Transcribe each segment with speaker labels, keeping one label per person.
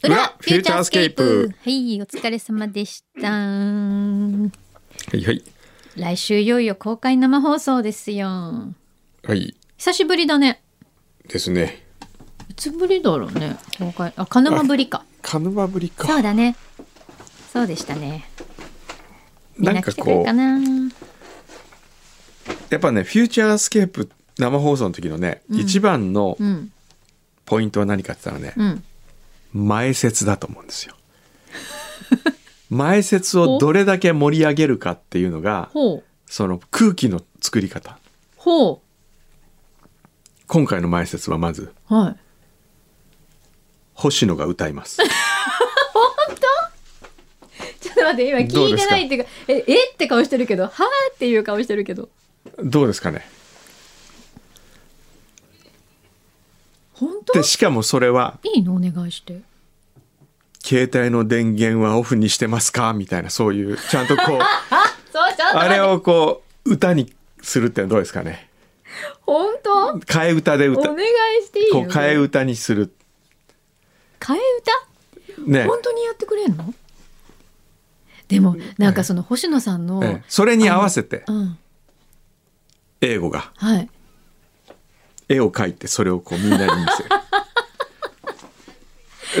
Speaker 1: フューチャースケープ。
Speaker 2: はい、お疲れ様でした。
Speaker 1: はいはい
Speaker 2: 来週いよいよ公開生放送ですよ。
Speaker 1: はい
Speaker 2: 久しぶりだね。
Speaker 1: ですね
Speaker 2: いつぶりだろうね。公開、あ、鹿沼ぶりか。
Speaker 1: カヌマぶり
Speaker 2: そ
Speaker 1: か
Speaker 2: うだね。そうでしたね。みん
Speaker 1: なん
Speaker 2: な
Speaker 1: か
Speaker 2: 来てくれる
Speaker 1: こう
Speaker 2: かな。
Speaker 1: やっぱねフューチャースケープ生放送の時のね、一番の
Speaker 2: うん、
Speaker 1: ポイントは何かって言ったらね、
Speaker 2: うん。
Speaker 1: 前説だと思うんですよ 前説をどれだけ盛り上げるかっていうのが
Speaker 2: ほう、
Speaker 1: その空気の作り方
Speaker 2: ほ
Speaker 1: 今回の前説はまず
Speaker 2: う。はい。
Speaker 1: 星野が歌います
Speaker 2: ちょっと待って、今聞いてないっていうか、え、えって顔してるけど、はーっていう顔してるけど。
Speaker 1: どうですかね
Speaker 2: 本
Speaker 1: でしかもそれは
Speaker 2: 当いいのお願いして。
Speaker 1: 携帯の電源はオフにしてますかみたいなそういうちゃん とこう
Speaker 2: そう、ちゃんと
Speaker 1: あ
Speaker 2: 待って
Speaker 1: れをこう歌にするってのはどうですかね
Speaker 2: 本当
Speaker 1: 替え歌で歌
Speaker 2: お願いしていい
Speaker 1: こう
Speaker 2: の
Speaker 1: 替え歌にする
Speaker 2: 替え
Speaker 1: ね
Speaker 2: 歌本当にやってくれんのでもなんかその星野さんの、
Speaker 1: ええそれに合わせて
Speaker 2: うん
Speaker 1: 英語が
Speaker 2: はい
Speaker 1: 絵を描いてそれをこうみんなに見 せ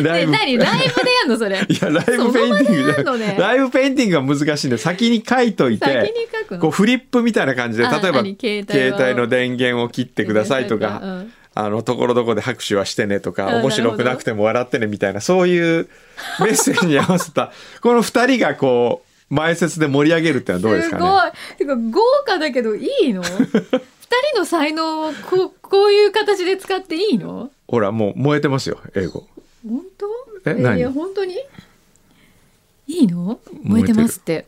Speaker 1: るラ
Speaker 2: え
Speaker 1: イブ
Speaker 2: 何
Speaker 1: い
Speaker 2: ライブでやんの それ
Speaker 1: やライブペイン
Speaker 2: その場
Speaker 1: ティングじゃな
Speaker 2: でやるのね
Speaker 1: いライブペインティングが難しいんで先に書いとい
Speaker 2: 先に
Speaker 1: て
Speaker 2: 書くの
Speaker 1: こうフリップみたいな感じで
Speaker 2: あ
Speaker 1: 例えば
Speaker 2: 何携帯は
Speaker 1: 携帯の電源を切ってくださいと
Speaker 2: う
Speaker 1: か
Speaker 2: ん
Speaker 1: あのところどこで拍手はしてねと
Speaker 2: あ
Speaker 1: か面白くなくても笑ってねみたいなそういうメッセージに合わせたこの2人がこう前説で盛り上げるってのはどうです
Speaker 2: す
Speaker 1: かね
Speaker 2: ごいてか豪華だけどい いの二人の才能をこうこういう形で使っていいの
Speaker 1: ほらもう燃えてますよ英語
Speaker 2: 本当
Speaker 1: え何
Speaker 2: いや本当にいいの燃えてますって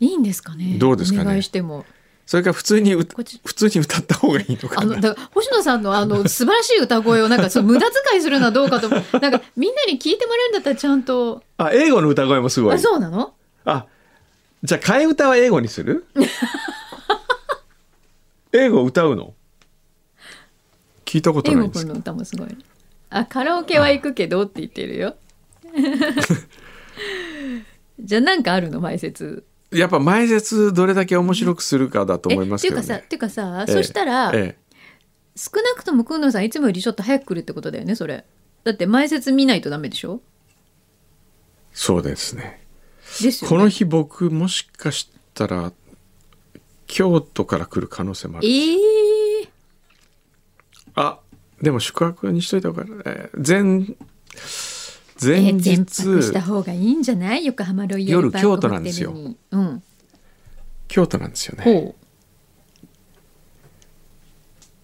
Speaker 2: いいんですかね
Speaker 1: どうですかね
Speaker 2: お願いしても
Speaker 1: それから普通にう
Speaker 2: こっち
Speaker 1: 普通に歌った方がいいのか
Speaker 2: あ
Speaker 1: な
Speaker 2: のだから星野さんのあ の素晴らしい歌声をなんかその無駄遣いするのはどうかと思うなんかみんなに聞いてもらえるんだったらちゃんと
Speaker 1: あ、英語の歌声もすごい
Speaker 2: あ。そうなの
Speaker 1: あ、じゃあ替え歌は英語にす る英語歌うの聞いたこと
Speaker 2: 英
Speaker 1: な
Speaker 2: 語
Speaker 1: いん
Speaker 2: 君
Speaker 1: ですけ
Speaker 2: の歌もすごいあカラオケは行くけどって言ってるよ じゃあなんかあるの前説
Speaker 1: ど。やっぱ前説どれだけ面白くするかだと思いますけど、ね。
Speaker 2: えっていうかさっていうかさ、
Speaker 1: ええ
Speaker 2: そしたら、
Speaker 1: え
Speaker 2: 少なくともくんのさんいつもよりちょっと早く来るってことだよねそれだって前説見ないとダメでしょ
Speaker 1: え、そうですね。
Speaker 2: ですよ、ね、
Speaker 1: この日僕もしかしたら京都から来る可能性もあ
Speaker 2: え
Speaker 1: る。
Speaker 2: ー、
Speaker 1: あ、でも宿泊にしといた方が、えー、前、
Speaker 2: え
Speaker 1: 前
Speaker 2: ー
Speaker 1: 日、
Speaker 2: 全泊した方がいいんじゃない横浜ロイヤルパーク
Speaker 1: 夜京都なんですよ
Speaker 2: ホテルにうん
Speaker 1: 京都なんですよね。
Speaker 2: ほう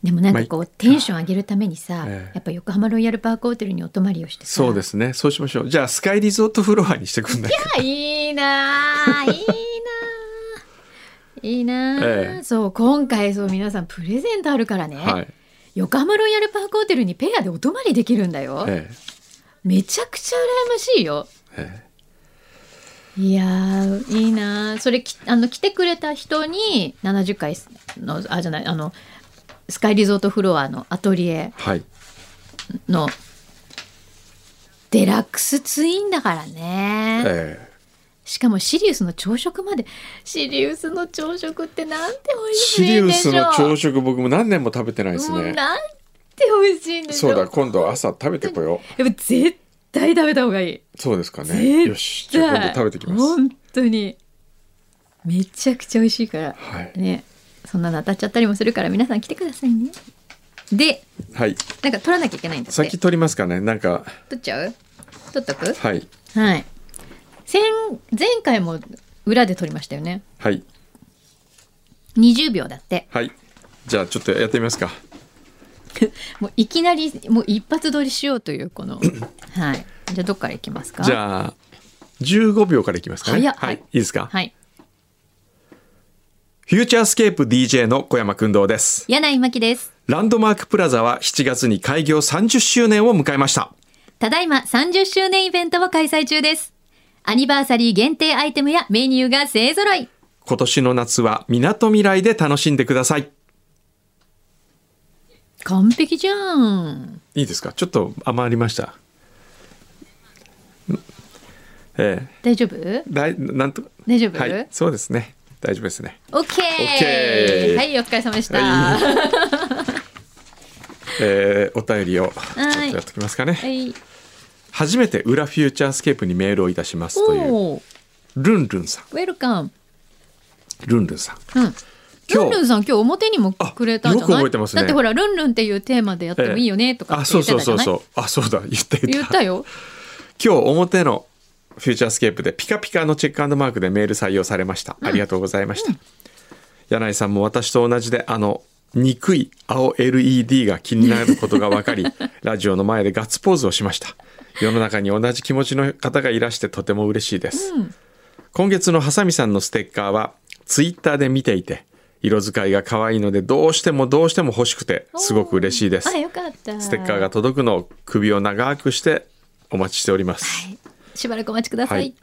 Speaker 2: でもなんかこう、
Speaker 1: まあいっか
Speaker 2: テンション上げるためにさ、
Speaker 1: ええ
Speaker 2: やっぱ横浜ロイヤルパークホテルにお泊まりをしてさ
Speaker 1: そうですね。そうしましょう。じゃあ、スカイリゾートフロアにしてくんないか。
Speaker 2: あいいなあいいな あいいなあ、
Speaker 1: ええ
Speaker 2: そう今回そう皆さんプレゼントあるからね、
Speaker 1: はい。
Speaker 2: 横浜ロイヤルパークホテルにペアでお泊まりできるんだよ、
Speaker 1: え
Speaker 2: めちゃくちゃ羨ましいよ
Speaker 1: え。え
Speaker 2: いやーいいなーそれきあの来てくれた人に70回のあじゃないあのスカイリゾートフロアのアトリエ
Speaker 1: えはい。
Speaker 2: のデラックスツインだからね、
Speaker 1: ええ。
Speaker 2: しかもシリウスの朝食までシリウスの朝食ってなんて美味
Speaker 1: シ
Speaker 2: し
Speaker 1: リ
Speaker 2: いん
Speaker 1: ウ
Speaker 2: でしょ
Speaker 1: ス
Speaker 2: う
Speaker 1: の朝食、僕も何年も食べてないです
Speaker 2: もう
Speaker 1: ね。
Speaker 2: なんて美味しいんでしょ
Speaker 1: そうだ、今度朝食べてこよ
Speaker 2: やっぱ絶対食べた方がいい、
Speaker 1: う。そうですか
Speaker 2: 絶
Speaker 1: ね。
Speaker 2: 対
Speaker 1: よし、じゃあ今度食べてきます。
Speaker 2: 本当にめちゃくちゃ美味しいから
Speaker 1: はい。
Speaker 2: ねそんなの当たっちゃったりもするから皆さん来てくださいねで
Speaker 1: はい。
Speaker 2: なんか取らなきゃいけないんだって
Speaker 1: 先取りますかね。なんか、
Speaker 2: 取っちゃう取っとく
Speaker 1: はい。
Speaker 2: はい先前回も裏で取りましたよね
Speaker 1: はい。
Speaker 2: 20秒だって
Speaker 1: はい。じゃあ、ちょっとやってみますか。
Speaker 2: もういきなりもう一発撮りしようという このはいじゃあどっからいきますか
Speaker 1: じゃあ、15秒からいきますかね。
Speaker 2: 早っ
Speaker 1: はい。いいですか。
Speaker 2: はい
Speaker 1: フューチャースケープ DJ の小山君堂です。
Speaker 2: 柳井真紀です
Speaker 1: ランドマークプラザは7月に開業30周年を迎えました。
Speaker 2: ただいま30周年イベントを開催中ですアニバーサリー限定アイテムやメニューが勢ぞろい
Speaker 1: 今年の夏はみなとみらいで楽しんでください。
Speaker 2: 完璧じゃん
Speaker 1: いいですかちょっと余りました。ええ
Speaker 2: 大丈夫
Speaker 1: だいなんと
Speaker 2: 大丈夫、
Speaker 1: はいそうですね大丈夫ですね
Speaker 2: オッケー
Speaker 1: OK
Speaker 2: はいお疲れ様でした、
Speaker 1: は えー、お便りをちょ
Speaker 2: い
Speaker 1: っとやっときますかね、
Speaker 2: はい、
Speaker 1: 初めて裏フューチャースケープにメールをいたしますという
Speaker 2: おお
Speaker 1: ルンルンさん
Speaker 2: ウェルカム
Speaker 1: ルンルンさん
Speaker 2: うん
Speaker 1: 今
Speaker 2: ル
Speaker 1: 日
Speaker 2: ンルンさん今日表にもくれたんじゃない
Speaker 1: あよく覚えてますね
Speaker 2: だってほらルンルンっていうテーマでやってもいいよねとか
Speaker 1: あ
Speaker 2: って
Speaker 1: そ
Speaker 2: 言
Speaker 1: う
Speaker 2: ってた
Speaker 1: そ
Speaker 2: じゃ
Speaker 1: うそう
Speaker 2: ない
Speaker 1: そうあそうだ言って
Speaker 2: 言ったよ
Speaker 1: 今日表のフューチャースケープでピカピカのチェックマークでメール採用されました、ありがとうございました、柳井さんも私と同じであの憎い青 LED が気になることが分 かりラジオの前でガッツポーズをしました世の中に同じ気持ちの方がいらしてとても嬉しいです、今月のハサミさんのステッカーはツイッターで見ていて色使いが可愛いのでどうしてもどうしても欲しくてすごく嬉しいです
Speaker 2: あよかった
Speaker 1: ステッカーが届くのを首を長くしてお待ちしております、
Speaker 2: しばらくお待ちください、
Speaker 1: はい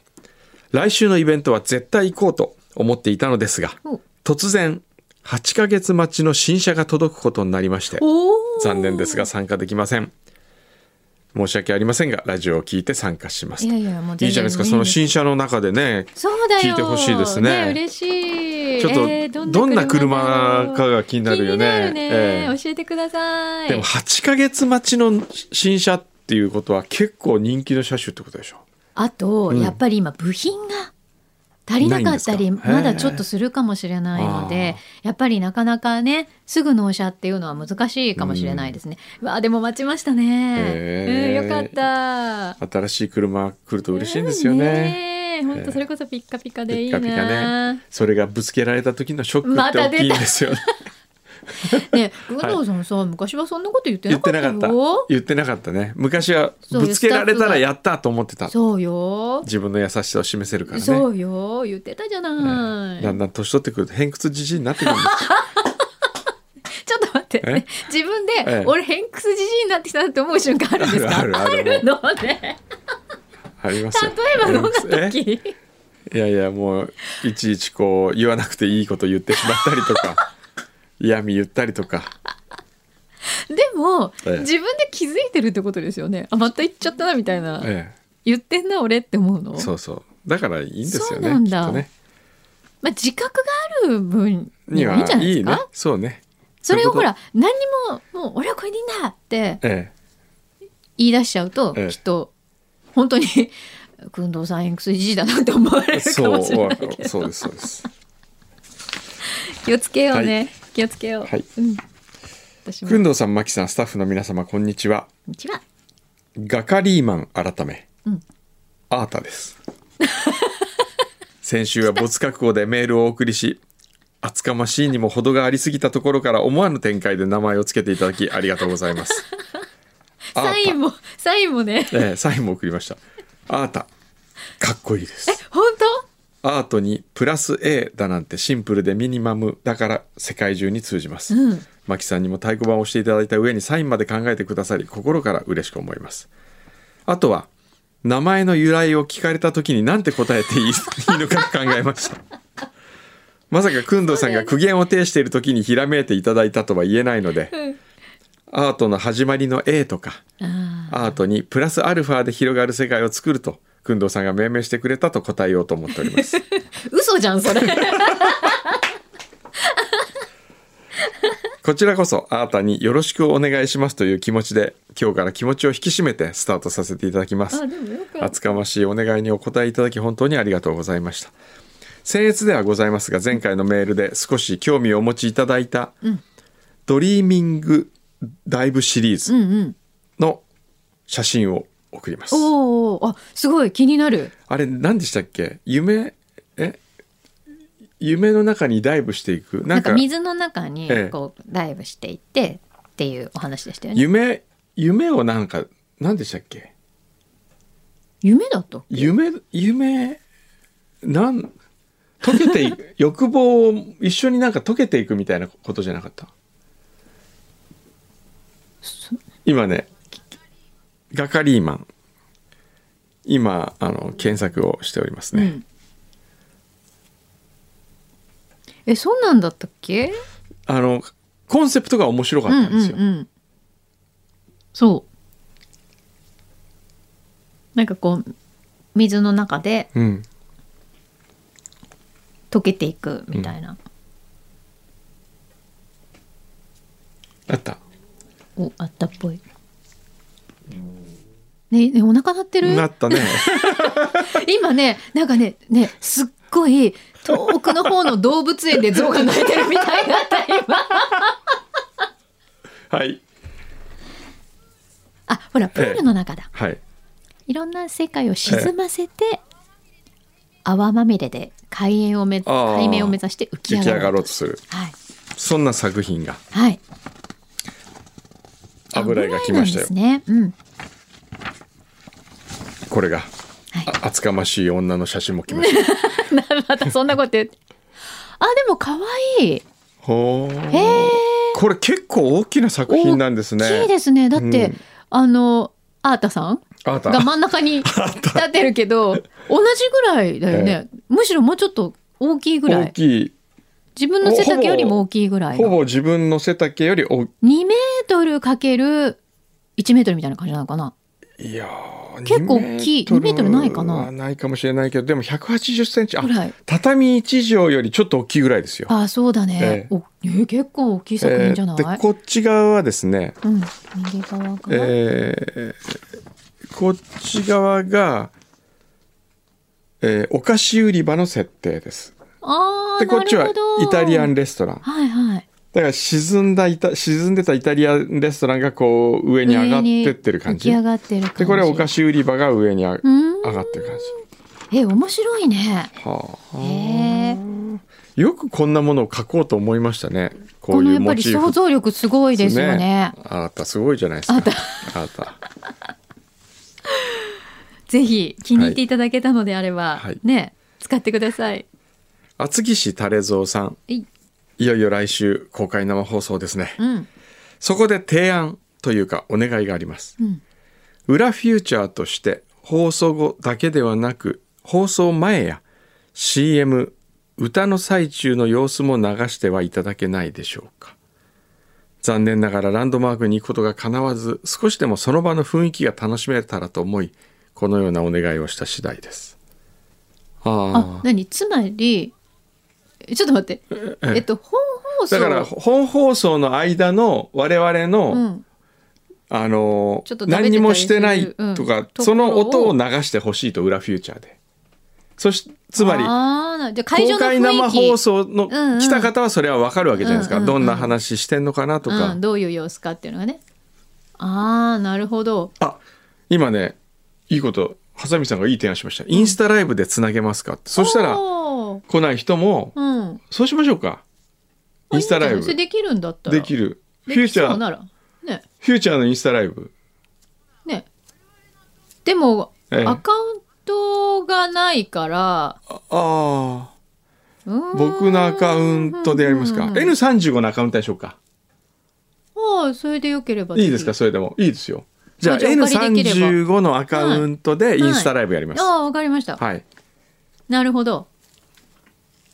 Speaker 1: 来週のイベントは絶対行こうと思っていたのですが
Speaker 2: お
Speaker 1: 突然8ヶ月待ちの新車が届くことになりまして
Speaker 2: おー
Speaker 1: 残念ですが参加できません申し訳ありませんがラジオを聞いて参加します
Speaker 2: いやいやもう全然
Speaker 1: いいじゃないですかその新車の中でね
Speaker 2: そうだよ
Speaker 1: 聞いてほしいですね
Speaker 2: 嬉しい
Speaker 1: ちょっと
Speaker 2: えー
Speaker 1: どんな車かが気になるよね
Speaker 2: 気になるね
Speaker 1: ええ
Speaker 2: 教えてください
Speaker 1: でも8ヶ月待ちの新車っていうことは結構人気の車種ってことでしょ
Speaker 2: あと、
Speaker 1: ん
Speaker 2: やっぱり今部品が足りなかった
Speaker 1: ない
Speaker 2: り
Speaker 1: んですか
Speaker 2: まだちょっとするかもしれないのでやっぱりなかなかねすぐ納車っていうのは難しいかもしれないですね、わあでも待ちましたね、
Speaker 1: へー
Speaker 2: うん、よかった
Speaker 1: 新しい車来ると嬉しいんですよね
Speaker 2: ねえほんとそれこそピッカピカでい
Speaker 1: ピ
Speaker 2: いな
Speaker 1: カピカねそれがぶつけられた時のショックって大きいんですよね
Speaker 2: ねえ工藤さんさ、昔はそんなこと言って
Speaker 1: 言
Speaker 2: な
Speaker 1: って
Speaker 2: か
Speaker 1: なかっ
Speaker 2: った
Speaker 1: た
Speaker 2: よ
Speaker 1: 言ってなかったね昔はぶつけられたらやったと思ってた
Speaker 2: そうよ、
Speaker 1: 自分の優しさを示せるからね
Speaker 2: そうよ言ってたじゃない、
Speaker 1: だんだん年取ってくると偏屈じじいに なってくるんですよ
Speaker 2: ちょっと待って、
Speaker 1: え
Speaker 2: 自分で、
Speaker 1: ええ
Speaker 2: 俺偏屈じじいになってきたなって思う瞬間あるんですか
Speaker 1: あるあるあ る
Speaker 2: のね
Speaker 1: ありますよ
Speaker 2: 例えばどんな
Speaker 1: え
Speaker 2: 時
Speaker 1: いやいやもういちいちこう言わなくていいこと言ってしまったり とか嫌味言ったりとか
Speaker 2: でも、
Speaker 1: ええ
Speaker 2: 自分で気づいてるってことですよねあまた言っちゃったなみたいな、
Speaker 1: え
Speaker 2: 言ってんな俺って思うの
Speaker 1: えそうそうだからいいんですよ
Speaker 2: そうな
Speaker 1: ね
Speaker 2: ん
Speaker 1: きっ
Speaker 2: だ
Speaker 1: とね
Speaker 2: まあ、自覚がある分に
Speaker 1: に
Speaker 2: はいいんじゃ
Speaker 1: は
Speaker 2: ないで
Speaker 1: い
Speaker 2: す
Speaker 1: い
Speaker 2: か
Speaker 1: ねそうね
Speaker 2: それをほ
Speaker 1: そういう
Speaker 2: ら何にももう俺はこれでいいんだって
Speaker 1: え
Speaker 2: 言い出しちゃうと、
Speaker 1: ええ
Speaker 2: きっと本当に 「工藤さん偏屈じじいだな」って思われ
Speaker 1: え
Speaker 2: る か
Speaker 1: そ
Speaker 2: も
Speaker 1: う
Speaker 2: しれないけど
Speaker 1: そうですそうです
Speaker 2: 気をつけようね、
Speaker 1: はい
Speaker 2: 気をつけよう、
Speaker 1: はい
Speaker 2: うん、私も
Speaker 1: くんどうさんまきさんスタッフの皆様こんにちは
Speaker 2: こんにちは。
Speaker 1: ガカリーマン改め、
Speaker 2: うん
Speaker 1: アータです先週は没覚悟でメールをお送りし厚かましいにも程がありすぎたところから思わぬ展開で名前をつけていただきありがとうございます アータ
Speaker 2: サインも、サインもね。
Speaker 1: ええサインも送りましたアータかっこいいです
Speaker 2: 本
Speaker 1: アートにプラス A だなんてシンプルでミニマムだから世界中に通じます、
Speaker 2: うん
Speaker 1: マキさんにも太鼓判を押していただいた上にサインまで考えてくださり心から嬉しく思いますあとは名前の由来を聞かれた時に何て答えていいいいのか考えました まさか工藤さんが苦言を呈している時にひらめいていただいたとは言えないので、
Speaker 2: ん
Speaker 1: アートの始まりの A とか
Speaker 2: 当あ
Speaker 1: アートにプラスアルファで広がる世界を作ると工藤さんが命名してくれたと答えようと思っております
Speaker 2: ー嘘じゃん、そ れ。
Speaker 1: こちらこそ、あなたによろしくお願いしますという気持ちで、今日から気持ちを引き締めてスタートさせていただきます。
Speaker 2: でもよか
Speaker 1: 厚かましいお願いにお答えいただき本当にありがとうございました。僭越ではございますが、前回のメールで少し興味をお持ちいただいた、ドリーミングダイブシリーズ
Speaker 2: うんうん。
Speaker 1: の写真を送ります。
Speaker 2: おお、あ、すごい気になる。
Speaker 1: あれ何でしたっけ夢、え夢の中にダイブしていく。
Speaker 2: な
Speaker 1: なんん
Speaker 2: か
Speaker 1: か、
Speaker 2: 水の中に
Speaker 1: ええ
Speaker 2: こうダイブしていってっていうお話でしたよね。
Speaker 1: 夢、夢をなんか、何でしたっけ
Speaker 2: 夢だと。
Speaker 1: 夢夢なん溶けて いく欲望を一緒になんか溶けていくみたいなことじゃなかった今ねガカリーマン今あの検索をしております
Speaker 2: う
Speaker 1: ね、
Speaker 2: ん。え、そんなんだったっけ？
Speaker 1: あのコンセプトが面白か
Speaker 2: うん
Speaker 1: ったん
Speaker 2: う
Speaker 1: で
Speaker 2: ん
Speaker 1: すよ、
Speaker 2: うん。そう。なんかこう水の中で
Speaker 1: うん
Speaker 2: 溶けていくみたいな、
Speaker 1: あった
Speaker 2: おあったっぽいねねお腹鳴ってる
Speaker 1: なったね
Speaker 2: 今ねなんかねねすっごい遠くの方の動物園で象が鳴いてるみたいだった 今
Speaker 1: はい
Speaker 2: あほらプールの中だ、
Speaker 1: はい
Speaker 2: いろんな世界を沈ませて、泡まみれで海面をめ
Speaker 1: あー
Speaker 2: 海面を目指して浮き上
Speaker 1: 出来
Speaker 2: が
Speaker 1: 上
Speaker 2: る
Speaker 1: がろうとする
Speaker 2: はい
Speaker 1: そんな作品が
Speaker 2: はい
Speaker 1: 油絵が来ましたよ
Speaker 2: 油絵なんですねうん
Speaker 1: これが
Speaker 2: はい
Speaker 1: あ厚かましい女の写真も来ました
Speaker 2: なまたそんなこと言ってあでも可愛い
Speaker 1: ほう
Speaker 2: へえ
Speaker 1: これ結構大きな作品なんですね
Speaker 2: 大きいですねだって、
Speaker 1: うん
Speaker 2: あのアータさん
Speaker 1: あなた
Speaker 2: が真ん中に立ってるけど同じぐらいだよね、むしろもうちょっと大きいぐら
Speaker 1: 大
Speaker 2: い
Speaker 1: きい
Speaker 2: 自分の背丈よりも大きいぐらい
Speaker 1: ほ
Speaker 2: の
Speaker 1: ぼ自分の背丈より大
Speaker 2: 2メートルかける1メートルみたいな感じなのかない
Speaker 1: やー
Speaker 2: 結構大きい
Speaker 1: 2
Speaker 2: 2メートルないかな
Speaker 1: はないかもしれないけどでも180センチあ
Speaker 2: ぐらい
Speaker 1: 畳1畳よりちょっと大きいぐらいですよ。
Speaker 2: あそうだね
Speaker 1: え、
Speaker 2: おえー結構大きい作品じゃない、
Speaker 1: えーでこっち側はですね、
Speaker 2: うん、右側か
Speaker 1: え
Speaker 2: ら、
Speaker 1: ーこっち側が、えーお菓子売り場の設定です。
Speaker 2: ああ
Speaker 1: でこっちは
Speaker 2: な
Speaker 1: イ
Speaker 2: るほど
Speaker 1: タリアンレストラン。
Speaker 2: はいはい
Speaker 1: だから沈んだイタ沈んでたイタリアンレストランがこう上に上がってってる感じ
Speaker 2: 上に浮き上。がってる感じ
Speaker 1: でこれはお菓子売り場が上にあ
Speaker 2: うーん
Speaker 1: 上がってる感じ。
Speaker 2: え面白いね
Speaker 1: はあ、
Speaker 2: へえ
Speaker 1: よくこんなものを描こうと思いましたね。こ
Speaker 2: こ
Speaker 1: う
Speaker 2: の
Speaker 1: い
Speaker 2: や
Speaker 1: う
Speaker 2: っぱ
Speaker 1: モ
Speaker 2: り
Speaker 1: チーフ
Speaker 2: 想像力すごいですよね
Speaker 1: あなたすごいじゃないですか。
Speaker 2: あなた
Speaker 1: あなた
Speaker 2: ぜひ気に入っていただけたのであれば、
Speaker 1: はい
Speaker 2: ね使ってください
Speaker 1: 厚木市垂蔵さん。
Speaker 2: はい
Speaker 1: いよいよ来週公開生放送ですね。
Speaker 2: うん
Speaker 1: そこで提案というかお願いがあります。
Speaker 2: うん
Speaker 1: 裏フューチャーとして放送後だけではなく放送前や CM 歌の最中の様子も流してはいただけないでしょうか残念ながらランドマークに行くことが叶わず少しでもその場の雰囲気が楽しめたらと思いこのようなお願いをした次第です
Speaker 2: あ
Speaker 1: ああ
Speaker 2: 何つまりえちょっと待って
Speaker 1: え
Speaker 2: えっと本放送
Speaker 1: だから本放送の間の我々の、
Speaker 2: うん、
Speaker 1: あの
Speaker 2: ちょっと食べてたり
Speaker 1: 何にもしてない
Speaker 2: するうん
Speaker 1: とか、
Speaker 2: ところを
Speaker 1: その音を流してほしいと裏フューチャーでそしつまり
Speaker 2: あーなじゃあ会場の雰囲
Speaker 1: 公開
Speaker 2: 気
Speaker 1: 生放送の
Speaker 2: うんうん
Speaker 1: 来た方はそれは分かるわけじゃないですか、
Speaker 2: うんうんうん
Speaker 1: どんな話してんのかなとか、
Speaker 2: うん、どういう様子かっていうのがねああなるほど
Speaker 1: あ今ねいいことハサミさんがいい提案しましたインスタライブでつなげますかって、そしたら
Speaker 2: おー
Speaker 1: 来ない人も、
Speaker 2: うん
Speaker 1: そうしましょうかインスタライ
Speaker 2: あいいんじゃないそれ
Speaker 1: ブ
Speaker 2: できるんだったら
Speaker 1: できるフ
Speaker 2: で
Speaker 1: ュー
Speaker 2: き
Speaker 1: チ
Speaker 2: そ
Speaker 1: ャ
Speaker 2: う
Speaker 1: ー
Speaker 2: ならね
Speaker 1: フューチャーのインスタライブ
Speaker 2: ねでも、
Speaker 1: ええ
Speaker 2: アカウントがないから
Speaker 1: ああ
Speaker 2: うーん
Speaker 1: 僕のアカウントでやりますか、
Speaker 2: うんうんうん
Speaker 1: N35 のアカウントでしょうか
Speaker 2: ああそれでよければ
Speaker 1: いいですかそれでもいいですよじゃあ
Speaker 2: あじゃあお借りできれば
Speaker 1: N35 のアカウントでインスタライブやります、
Speaker 2: ああわかりました、
Speaker 1: はい、
Speaker 2: なるほど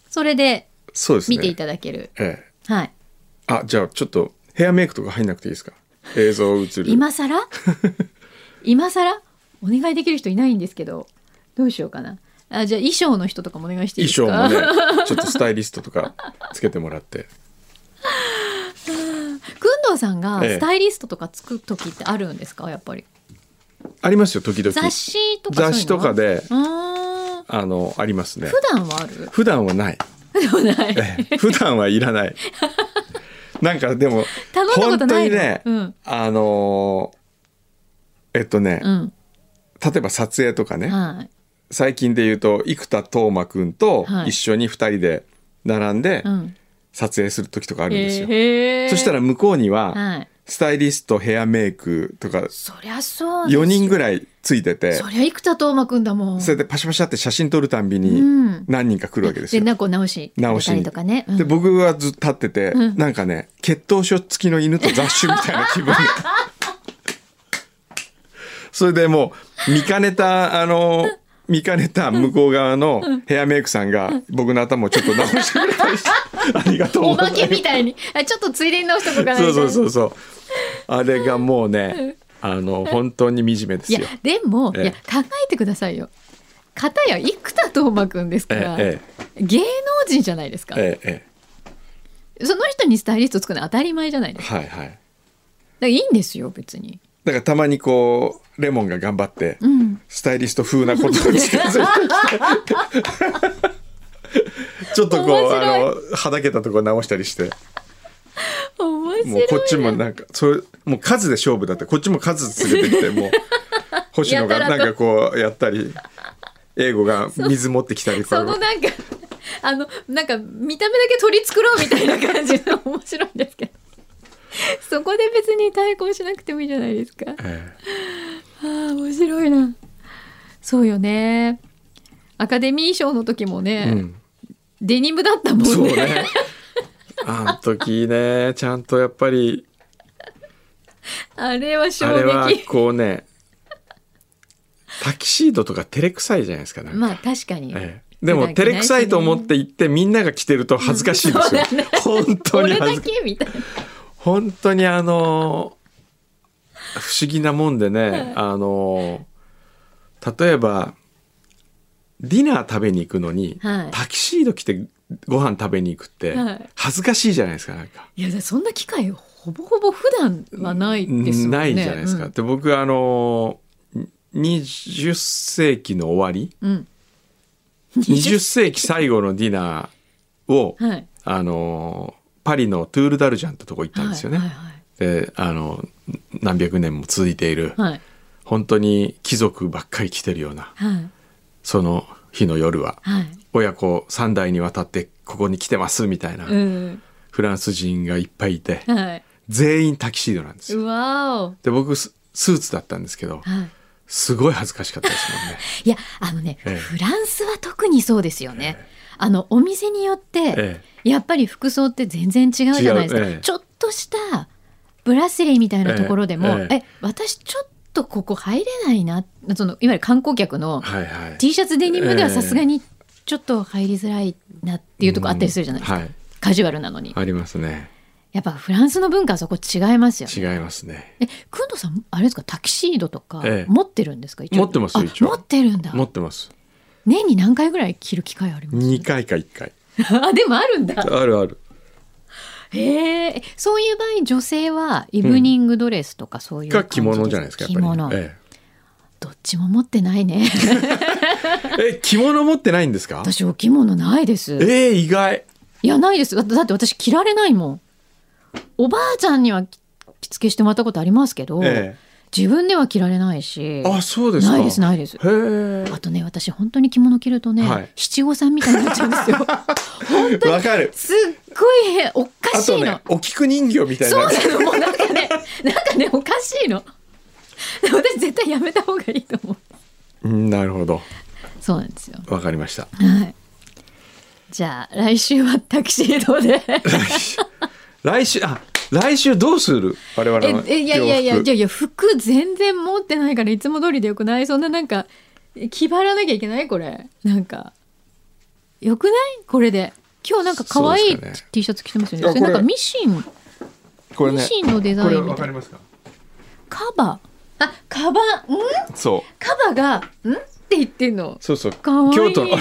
Speaker 2: それで
Speaker 1: そうですね
Speaker 2: 見ていただける、
Speaker 1: ええ
Speaker 2: はい
Speaker 1: あじゃあちょっとヘアメイクとか入んなくていいですか映像映る
Speaker 2: 今 更今更お願いできる人いないんですけどどうしようかなあじゃあ衣装の人とかもお願いしていい
Speaker 1: 衣
Speaker 2: ですか
Speaker 1: 装もねちょっとスタイリストとかつけてもらって
Speaker 2: くんどうさんが
Speaker 1: ええ
Speaker 2: スタイリストとかつく時ってあるんですかやっぱり
Speaker 1: ありますよ時々
Speaker 2: 雑誌とかそういうの
Speaker 1: 雑誌とかで
Speaker 2: うーん
Speaker 1: あのありますね
Speaker 2: 普段はある
Speaker 1: 普段はない
Speaker 2: でもない
Speaker 1: ええ普段はいらないなんかでも
Speaker 2: 頼んだことないの
Speaker 1: 本当にね
Speaker 2: うん
Speaker 1: あのーえっとね、
Speaker 2: うん
Speaker 1: 例えば撮影とかね、
Speaker 2: はい
Speaker 1: 最近で言うと生田斗真君と
Speaker 2: はい
Speaker 1: 一緒に2人で並んで
Speaker 2: うん
Speaker 1: 撮影する時とかあるんですよ、
Speaker 2: へー
Speaker 1: そしたら向こうには
Speaker 2: はい
Speaker 1: スタイリストヘアメイクとか
Speaker 2: そりゃそう
Speaker 1: 4人ぐ
Speaker 2: らい
Speaker 1: らいついてて
Speaker 2: そりゃ生田斗真くんだもん
Speaker 1: それでパシャパシャって写真撮るたんび
Speaker 2: う
Speaker 1: に
Speaker 2: ん
Speaker 1: 何人か来るわけです
Speaker 2: で
Speaker 1: よ。
Speaker 2: なんか直し
Speaker 1: 直し
Speaker 2: 出たり
Speaker 1: に
Speaker 2: とかねうん
Speaker 1: で僕はずっと立ってて、
Speaker 2: うん
Speaker 1: なんかね血統書付きの犬と雑種みたいな 気分でそれでもう見かねたあの見かねた向こう側のヘアメイクさんが僕の頭をちょっと直し てくれたりしてありがとう
Speaker 2: お
Speaker 1: ござ
Speaker 2: ま
Speaker 1: い
Speaker 2: け
Speaker 1: ます
Speaker 2: みたいに あちょっとついでに直しておかない
Speaker 1: そう
Speaker 2: と
Speaker 1: そうそうそうあれがもうねあの本当に惨めです
Speaker 2: いや
Speaker 1: よ
Speaker 2: でも、
Speaker 1: ええ
Speaker 2: いや考えてくださいよ片や生田斗真君ですから、
Speaker 1: え
Speaker 2: 芸能人じゃないですか、
Speaker 1: ええええ
Speaker 2: その人にスタイリストつくのは当たり前じゃないで
Speaker 1: え
Speaker 2: すか
Speaker 1: はいはい
Speaker 2: だからいいんですよ別に
Speaker 1: だからたまにこうレモンが頑張って、
Speaker 2: うん
Speaker 1: スタイリスト風なことに近づいてきてちょっとこう
Speaker 2: 面
Speaker 1: あ
Speaker 2: 白い
Speaker 1: のはだけたとこ直したりして
Speaker 2: 面白いな
Speaker 1: もうこっちもなんかそれもう数で勝負だってこっちも数連れてきてもう星野が
Speaker 2: やた
Speaker 1: な
Speaker 2: らと
Speaker 1: んかこうやったり英語が水持ってきたりこ
Speaker 2: そうのなんかあのなんか見た目だけ取り繕うみたいな感じの面白いんですけどそこで別に対抗しなくてもいいじゃないですかあ
Speaker 1: え
Speaker 2: あ面白いなそうよねアカデミー賞の時も
Speaker 1: え
Speaker 2: ね、
Speaker 1: うん、
Speaker 2: デニムだったも
Speaker 1: そうん
Speaker 2: ね
Speaker 1: ねあの時ねちゃんとやっぱり
Speaker 2: あれは衝
Speaker 1: あれは
Speaker 2: 撃
Speaker 1: こうねタキシードとか照れくさいじゃないですかなんか
Speaker 2: まあ確かに、
Speaker 1: ええでも照れくさいと思って行ってみんなが着てると恥ずかしいですよ、
Speaker 2: うんそうだね
Speaker 1: 本当
Speaker 2: こ
Speaker 1: に
Speaker 2: れ
Speaker 1: 恥
Speaker 2: だ
Speaker 1: ずか
Speaker 2: けみたいな
Speaker 1: 本当にあのー不思議なもんでね、
Speaker 2: はい
Speaker 1: あのー例えばディナー食べに行くのに、
Speaker 2: はい
Speaker 1: タキシード着てご飯食べに行くって
Speaker 2: はい
Speaker 1: 恥ずかしいじゃないですかなんか、
Speaker 2: いやだからそんな機会ほぼほぼ普段はないですよね
Speaker 1: ないじゃないですか。で僕あのー20世紀の終わり
Speaker 2: うん、うん
Speaker 1: 20世紀最後のディナーを、
Speaker 2: はい
Speaker 1: あのパリのトゥール・ダルジャンってとこ行ったんですよね。
Speaker 2: はいはい
Speaker 1: であの何百年も続いている、
Speaker 2: はいはい
Speaker 1: 本当に貴族ばっかり来てるような
Speaker 2: はい
Speaker 1: その日の夜は
Speaker 2: はい。
Speaker 1: 親子3代にわたってここに来てますみたいな、
Speaker 2: うん。
Speaker 1: フランス人がいっぱいいて
Speaker 2: はい。
Speaker 1: 全員タキシードなんですよ。
Speaker 2: うわ
Speaker 1: で僕ススーツだったんですけど
Speaker 2: お。はい。
Speaker 1: すごい恥ずかしかったですもんね。
Speaker 2: いや、あのね、
Speaker 1: ええ
Speaker 2: フランスは特にそうですよね。あのお店によって、
Speaker 1: え
Speaker 2: やっぱり服装って全然違うじゃないですか。
Speaker 1: 違うええ
Speaker 2: ちょっとしたブラスレーみたいなところでも、
Speaker 1: え
Speaker 2: え
Speaker 1: ええ
Speaker 2: 私ちょっとここ入れないな。そのいわゆる観光客の
Speaker 1: え、はいはい。
Speaker 2: T シャツデニムではさすがにちょっと入りづらいなっていうところあったりするじゃないですか。
Speaker 1: うんはい、
Speaker 2: カジュアルなのに。
Speaker 1: ありますね。
Speaker 2: やっぱフランスの文化はそこ違いますよね
Speaker 1: 違いますね。
Speaker 2: え、くんどさん、あれですか、タキシードとか
Speaker 1: ええ
Speaker 2: 持ってるんですか、一応
Speaker 1: 持ってます
Speaker 2: あ
Speaker 1: よ一応
Speaker 2: 持ってるんだ。
Speaker 1: 持ってます。
Speaker 2: 年に何回ぐらい着る機会あります
Speaker 1: 2回か1回。
Speaker 2: あ、でもあるんだ。
Speaker 1: あるある。
Speaker 2: へえ、そういう場合、女性はイブニングドレスとかそういう感
Speaker 1: が
Speaker 2: じ
Speaker 1: 着物じゃないですかやっぱ
Speaker 2: 着
Speaker 1: り
Speaker 2: 物、
Speaker 1: え
Speaker 2: どっちも持ってないね。
Speaker 1: ええ着物持ってないんですか
Speaker 2: 私お着物ないです。
Speaker 1: ええ意外
Speaker 2: いや、ないです。だだって私着られないもん。おばあちゃんには着着付けしてもらったことありますけど、
Speaker 1: え
Speaker 2: 自分では着られないし
Speaker 1: え。あそうですか
Speaker 2: ないですないです
Speaker 1: へえ
Speaker 2: あとね私本当に着物着るとね、
Speaker 1: はい
Speaker 2: 七五三みたいになっちゃうんですよ 本当に
Speaker 1: わかる
Speaker 2: すっごい変おか
Speaker 1: あ
Speaker 2: しい
Speaker 1: と
Speaker 2: の、
Speaker 1: ねお菊人形みたい
Speaker 2: そう
Speaker 1: な
Speaker 2: なのもうなんかねなんかねおかしいので私絶対やめた方がいいと思う
Speaker 1: うんなるほど
Speaker 2: そうなんですよ
Speaker 1: わかりました
Speaker 2: はいじゃあ来週はタキシードで
Speaker 1: 来週あ来週どうする我々の洋服
Speaker 2: ええいやいやいやいやいや服全然持ってないからいつも通りでよくないそんななんか気張らなきゃいけないこれなんかよくないこれで今日なんか可愛
Speaker 1: そう
Speaker 2: い
Speaker 1: ですかね
Speaker 2: T シャツ着てますよね
Speaker 1: あ
Speaker 2: それなん
Speaker 1: こ
Speaker 2: か
Speaker 1: れ
Speaker 2: ミシン
Speaker 1: これ
Speaker 2: ミ
Speaker 1: ね
Speaker 2: シンのデザ
Speaker 1: これ
Speaker 2: インみ
Speaker 1: わ
Speaker 2: た
Speaker 1: か
Speaker 2: い
Speaker 1: り
Speaker 2: な
Speaker 1: ますか
Speaker 2: カバーあカバーん
Speaker 1: そう
Speaker 2: カバーがんって言ってんの
Speaker 1: そうそう
Speaker 2: かわいい
Speaker 1: 京都のあ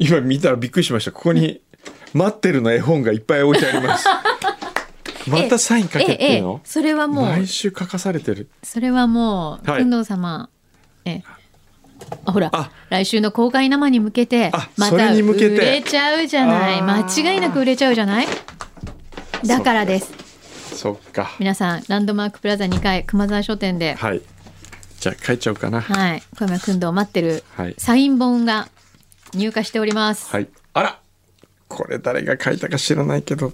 Speaker 1: 今見たらびっくりしましたここに待ってるの絵本がいっぱい置いてあります またサインかけてるの
Speaker 2: それはもう
Speaker 1: 来週書かされてる
Speaker 2: それはもう
Speaker 1: はい
Speaker 2: 君堂様ええあほら
Speaker 1: あ
Speaker 2: 来週の公開生に向けて
Speaker 1: あ
Speaker 2: ま
Speaker 1: それ
Speaker 2: た
Speaker 1: に向
Speaker 2: 売
Speaker 1: けて
Speaker 2: れちゃうじゃない
Speaker 1: あー
Speaker 2: 間違いなく売れちゃうじゃないだからです
Speaker 1: そっか
Speaker 2: 皆さんランドマークプラザ2階熊沢書店で
Speaker 1: はいじゃあ書いちゃおうかな
Speaker 2: はい小山君堂待ってる
Speaker 1: はい
Speaker 2: サイン本が入荷しております
Speaker 1: はい。あらこれ誰が書いたか知らないけど、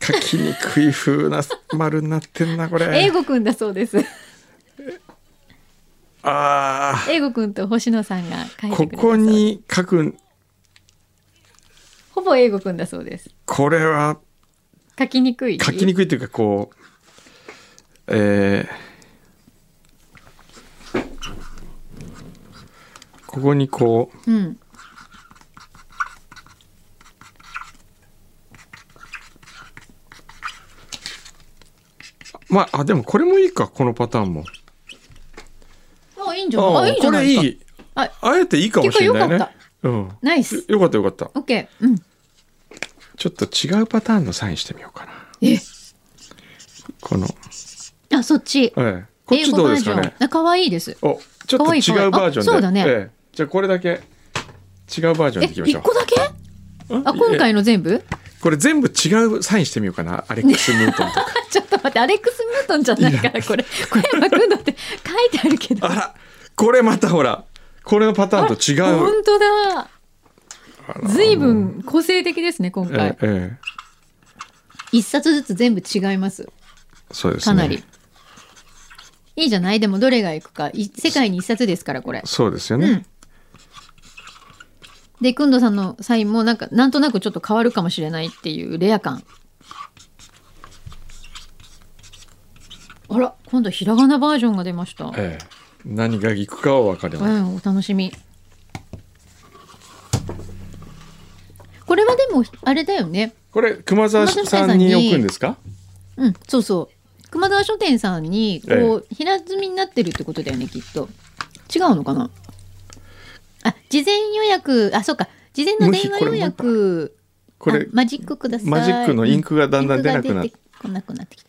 Speaker 1: 書きにくい風な丸になってんな、こ
Speaker 2: 英
Speaker 1: れ。
Speaker 2: 語くんだそうです
Speaker 1: あ
Speaker 2: 英語くんと星野さんが書いてくれ
Speaker 1: あ、
Speaker 2: たそう
Speaker 1: こ
Speaker 2: です
Speaker 1: こに書く、
Speaker 2: ほぼ英語くんだそうです
Speaker 1: これは
Speaker 2: 書きにくい
Speaker 1: 書きにくいというか、こう、えーここにこう、
Speaker 2: うん
Speaker 1: まあ、あ、でもこれもいいか、このパターンも。
Speaker 2: もういいんじゃない
Speaker 1: あ
Speaker 2: あ
Speaker 1: あ
Speaker 2: いいじゃ
Speaker 1: こ
Speaker 2: な
Speaker 1: れ
Speaker 2: いですか
Speaker 1: いい。
Speaker 2: あ
Speaker 1: あえていいかもしれないね。うん。
Speaker 2: ナイス
Speaker 1: よよかったよかった。
Speaker 2: オッケーうん
Speaker 1: ちょっと違うパターンのサインしてみようかな。
Speaker 2: え
Speaker 1: この、
Speaker 2: あそっち
Speaker 1: ええ、こっ
Speaker 2: 英
Speaker 1: ち
Speaker 2: 語
Speaker 1: どう
Speaker 2: バ
Speaker 1: で
Speaker 2: ー
Speaker 1: す
Speaker 2: ジ
Speaker 1: か
Speaker 2: ョン
Speaker 1: ね。
Speaker 2: あ可愛いです
Speaker 1: お、ちょっ
Speaker 2: かわ
Speaker 1: と
Speaker 2: いいかわい
Speaker 1: 違
Speaker 2: いう
Speaker 1: バージョンで。
Speaker 2: あそうだね
Speaker 1: ええじゃあこれだけ違うバージョン
Speaker 2: え
Speaker 1: でいきましょ
Speaker 2: 一
Speaker 1: う
Speaker 2: 個。だけ
Speaker 1: うん
Speaker 2: あ今回の全部
Speaker 1: これ全部違うサインしてみようかな。アレックス・ムートンとか。
Speaker 2: ちょっと待ってアレックス・ムートンじゃないからこれ小山君だって書いてあるけど
Speaker 1: あら、これまたほら、これのパターンと違う。
Speaker 2: 本当だずいぶん個性的ですね今
Speaker 1: ええ
Speaker 2: 回
Speaker 1: ええ
Speaker 2: 一冊ずつ全部違います
Speaker 1: そうです
Speaker 2: か
Speaker 1: ね。
Speaker 2: なり、いいじゃないでもどれがいくかい世界に一冊ですからこれ
Speaker 1: そうですよ
Speaker 2: う
Speaker 1: ね
Speaker 2: ん。でくんどさんのサインもなんかなんとなくちょっと変わるかもしれないっていうレア感あら今度ひらがなバージョンが出ました
Speaker 1: ええ何がいくかは分かり
Speaker 2: う
Speaker 1: ません。
Speaker 2: ん、お楽しみ。これはでも、あれだよね。
Speaker 1: これ、熊沢
Speaker 2: 熊沢
Speaker 1: さ
Speaker 2: さ
Speaker 1: ん
Speaker 2: んに
Speaker 1: に置くんですか
Speaker 2: うん、そうそう。熊沢書店さんに、こう
Speaker 1: え、
Speaker 2: 平積みになってるってことだよね、きっと。違うのかなあ、事前予約、あ、そうか。事前の電話
Speaker 1: 無比こ
Speaker 2: 予
Speaker 1: れもう一杯
Speaker 2: 約、
Speaker 1: これ
Speaker 2: あ、マジックください。
Speaker 1: マジックのインクがだんだん出なくなっ
Speaker 2: インクが出てこなくなってきた。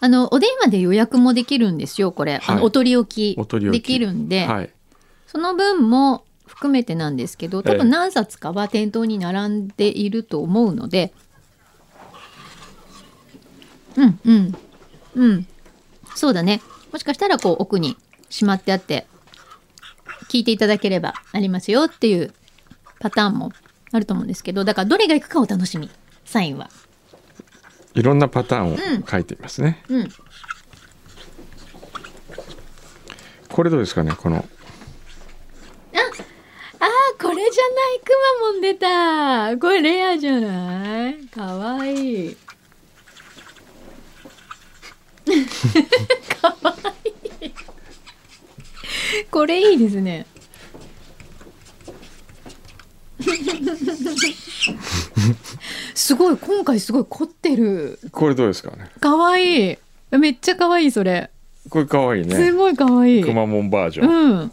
Speaker 2: あの、お電話で予約もできるんですよ、これ。あ
Speaker 1: は
Speaker 2: の
Speaker 1: い
Speaker 2: お取り置
Speaker 1: お
Speaker 2: き
Speaker 1: 取り置
Speaker 2: で
Speaker 1: き
Speaker 2: きるんで。
Speaker 1: はい。
Speaker 2: その分も含めてなんですけど多
Speaker 1: ええ
Speaker 2: 分何冊かは店頭に並んでいると思うので、うんうんうんそうだねもしかしたらこう奥にしまってあって聞いていただければありますよっていうパターンもあると思うんですけどだからどれがいくかお楽しみサインは。
Speaker 1: いろんなパターン
Speaker 2: うん
Speaker 1: を書いていますね。
Speaker 2: うん、
Speaker 1: これどうですかねこの。
Speaker 2: あーこれじゃないくまモン出たこれレアじゃないかわいい かわいいこれいいですねすごい今回すごい凝ってる
Speaker 1: これどうですかね
Speaker 2: かわいいめっちゃかわいいそれ、
Speaker 1: これかわいい
Speaker 2: す
Speaker 1: ね。
Speaker 2: ごいかわいい
Speaker 1: くまモンバージョン。
Speaker 2: うん。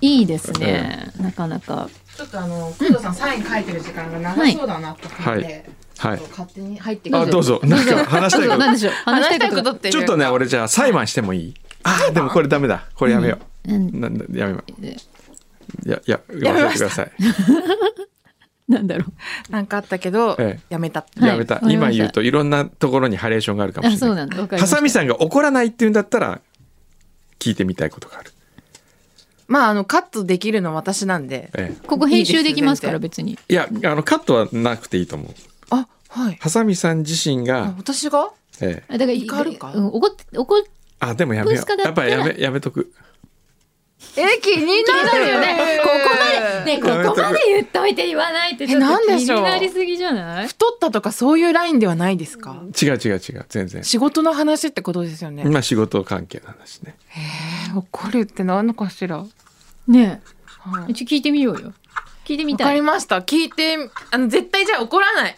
Speaker 2: いいですね。なかなか。
Speaker 3: ちょっとあの、工藤さんサイン書いてる時間が長そうだなと思
Speaker 1: は
Speaker 3: っ
Speaker 1: い
Speaker 3: て、
Speaker 1: は
Speaker 3: ちょっ
Speaker 1: い
Speaker 3: と。勝手に入って
Speaker 1: あ、どうぞ。
Speaker 3: ぞ。
Speaker 1: なんか話したい
Speaker 2: ど
Speaker 1: こ
Speaker 2: うぞ何で
Speaker 1: と。
Speaker 2: しょう。話したいこと。
Speaker 3: って
Speaker 1: ちょっとね、俺じゃあ裁判してもいいあー、でもこれダメだ。これやめよ
Speaker 2: うん
Speaker 1: う。なんだやめよ
Speaker 2: え
Speaker 1: う。いや、いや、やめてください。
Speaker 2: なんだろう。
Speaker 3: なんかあったけど
Speaker 1: え
Speaker 3: やめた。
Speaker 2: はい
Speaker 1: やめた
Speaker 2: わ。かりま
Speaker 1: 今
Speaker 2: した
Speaker 1: 言うといろんなところにハレーションがあるかも
Speaker 2: あ、
Speaker 1: しれ
Speaker 2: そう
Speaker 1: な
Speaker 2: な
Speaker 1: い。
Speaker 2: んだ。わかり
Speaker 1: ハ
Speaker 2: まし
Speaker 1: サ
Speaker 2: た
Speaker 1: ミさんが怒らないって言うんだったら、聞いてみたいことがある。
Speaker 3: まああのカットできるの私なんで。
Speaker 1: え
Speaker 2: ここ編集できますから
Speaker 3: いい
Speaker 2: 別に。
Speaker 1: えいや、あの、カットはなくていいと思う。
Speaker 3: あ、はい。
Speaker 1: ハサミさん自身
Speaker 3: あ
Speaker 1: が、
Speaker 3: 私が？
Speaker 1: ええ
Speaker 2: あだから
Speaker 3: 怒るか
Speaker 2: うん怒って怒っ
Speaker 1: あ、でもやめよ
Speaker 2: ブースカ
Speaker 1: う。
Speaker 2: だ
Speaker 1: や
Speaker 2: っ
Speaker 1: ったぱ
Speaker 2: ら
Speaker 1: やめ、やめとく。
Speaker 3: え気に
Speaker 2: なるよ ね。ここまでね
Speaker 1: やめと
Speaker 2: こ
Speaker 1: く
Speaker 2: こまで言っといて言わないってちょっ
Speaker 3: えなん
Speaker 2: と気
Speaker 3: でしょう
Speaker 2: になりすぎじゃない？
Speaker 3: 太ったとかそういうラインではないですか？
Speaker 1: 違う違う違う。全然。
Speaker 3: 仕事の話ってことですよね。
Speaker 1: 今仕事関係の話ね。
Speaker 3: え怒るって何のかしら。
Speaker 2: ね
Speaker 3: は
Speaker 2: え、
Speaker 3: い
Speaker 2: ちょ聞いてみようよ。聞いてみ
Speaker 3: わか
Speaker 2: た
Speaker 3: り
Speaker 2: い。
Speaker 3: ました。聞いてあの絶対じゃあ怒らない。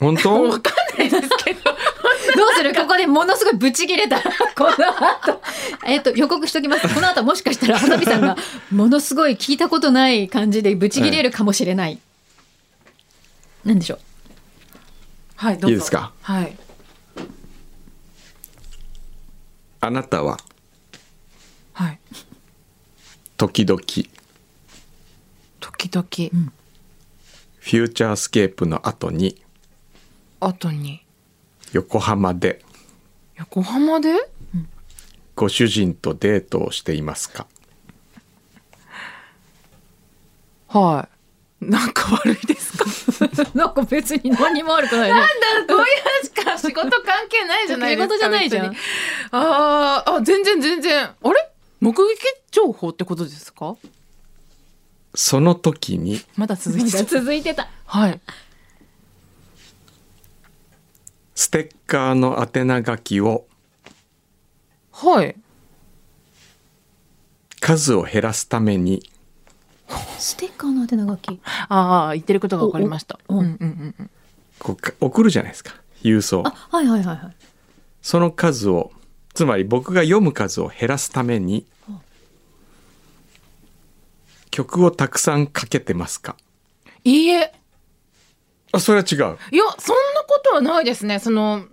Speaker 1: 本当
Speaker 3: わかんないですけど。
Speaker 2: どうするここでものすごいブチ切れた この後えっと予告しときますこの後もしかしたらハサミさんがものすごい聞いたことない感じでブチ切れるかもしれない、なんでしょう
Speaker 3: はいどうぞ。
Speaker 1: いいですか
Speaker 3: はい。
Speaker 1: あなたは、
Speaker 3: はい。
Speaker 1: 時々、フ
Speaker 3: 時々、
Speaker 1: ューチャースケープの後に、
Speaker 3: 後に
Speaker 1: 横浜で、
Speaker 3: 横浜で
Speaker 1: ご主人とデートをしていますか
Speaker 3: はいなんか悪いです か
Speaker 2: なんか別に何も悪くないね
Speaker 3: なんだこういうしか仕事関係ないじゃないですか
Speaker 2: 仕事じゃないじゃん
Speaker 3: 別にあーあ全然全然あれ目撃情報ってことですか
Speaker 1: その時に、
Speaker 3: まだ続い
Speaker 2: ま
Speaker 3: てた
Speaker 2: だ続いてた
Speaker 3: はい
Speaker 1: ステッカーの宛名書きを
Speaker 3: はい
Speaker 1: 数を減らすために
Speaker 2: ステッカーの宛名書き
Speaker 3: ああ言ってることが分かりました
Speaker 2: おお
Speaker 3: うんうんうんうん
Speaker 1: こうか送るじゃないですか郵送
Speaker 2: あはいはいはいはい
Speaker 1: その数をつまり僕が読む数を減らすために曲をたくさんかけてますか
Speaker 3: いいえ
Speaker 1: あそれは違う
Speaker 3: いやそんなことはないですねその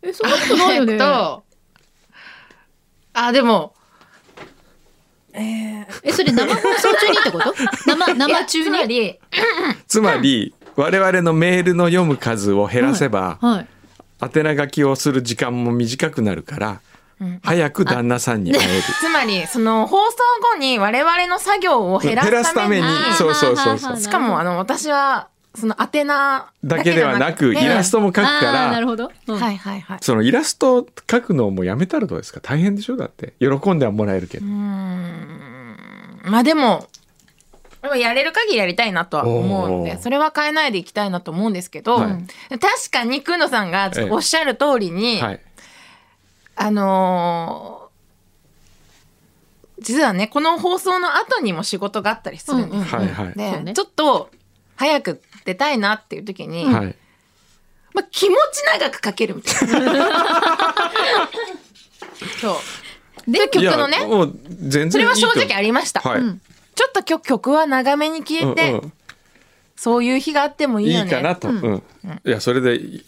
Speaker 2: え、そんなことないよ
Speaker 3: えっ
Speaker 2: ね。
Speaker 3: とあでもえー、
Speaker 2: え、それ生放送中にってこと生、生中
Speaker 3: いやつま
Speaker 2: に
Speaker 3: り
Speaker 1: つまり我々のメールの読む数を減らせば、
Speaker 2: はい。
Speaker 1: 宛名書きをする時間も短くなるから、
Speaker 3: ん
Speaker 1: 早く旦那さんに会える。
Speaker 3: つまりその放送後に我々の作業を減らすために
Speaker 1: 減らすためにそうそうそうそ
Speaker 2: あーはーはー
Speaker 1: う
Speaker 2: はー
Speaker 3: しかもあの私はその宛名
Speaker 1: だけではなく、イ
Speaker 3: だけでは
Speaker 1: ラストも書くか
Speaker 2: あーな
Speaker 1: ら
Speaker 2: る、ほど。うん
Speaker 3: はいはいはい
Speaker 1: そのイラスト書くのもやめたらどうですか大変でしょだって。喜んではもらえるけど
Speaker 3: う。ーんまあでもでもやれる限りやりたいなとは思うの
Speaker 1: お
Speaker 3: で
Speaker 1: ー
Speaker 3: それは変えないでいきたいなと思うんですけど、
Speaker 1: はい
Speaker 3: 確かにくのさんが
Speaker 1: ええ
Speaker 3: おっしゃる通りに、
Speaker 1: はい。
Speaker 3: あのー実はねこの放送の後にも仕事があったりするんです、
Speaker 2: うんうん
Speaker 1: はいはい。
Speaker 3: で
Speaker 2: そうね
Speaker 3: ちょっと早く出たいなっていう時に、
Speaker 1: はい。
Speaker 3: まあ、気持ち長く書けるみたいな。 そう
Speaker 2: で、
Speaker 3: 曲の
Speaker 1: いや
Speaker 3: ね
Speaker 1: もう全然
Speaker 3: それは正
Speaker 1: いいと
Speaker 3: 直ありました。
Speaker 1: 思うはい。
Speaker 2: うん
Speaker 3: ちょっと曲曲は長めに消えて、
Speaker 1: うん
Speaker 3: そういう日があっても
Speaker 1: うん
Speaker 3: いい
Speaker 1: い
Speaker 3: よ
Speaker 1: い
Speaker 3: ね。
Speaker 1: かなと。うん。いや、それでいい、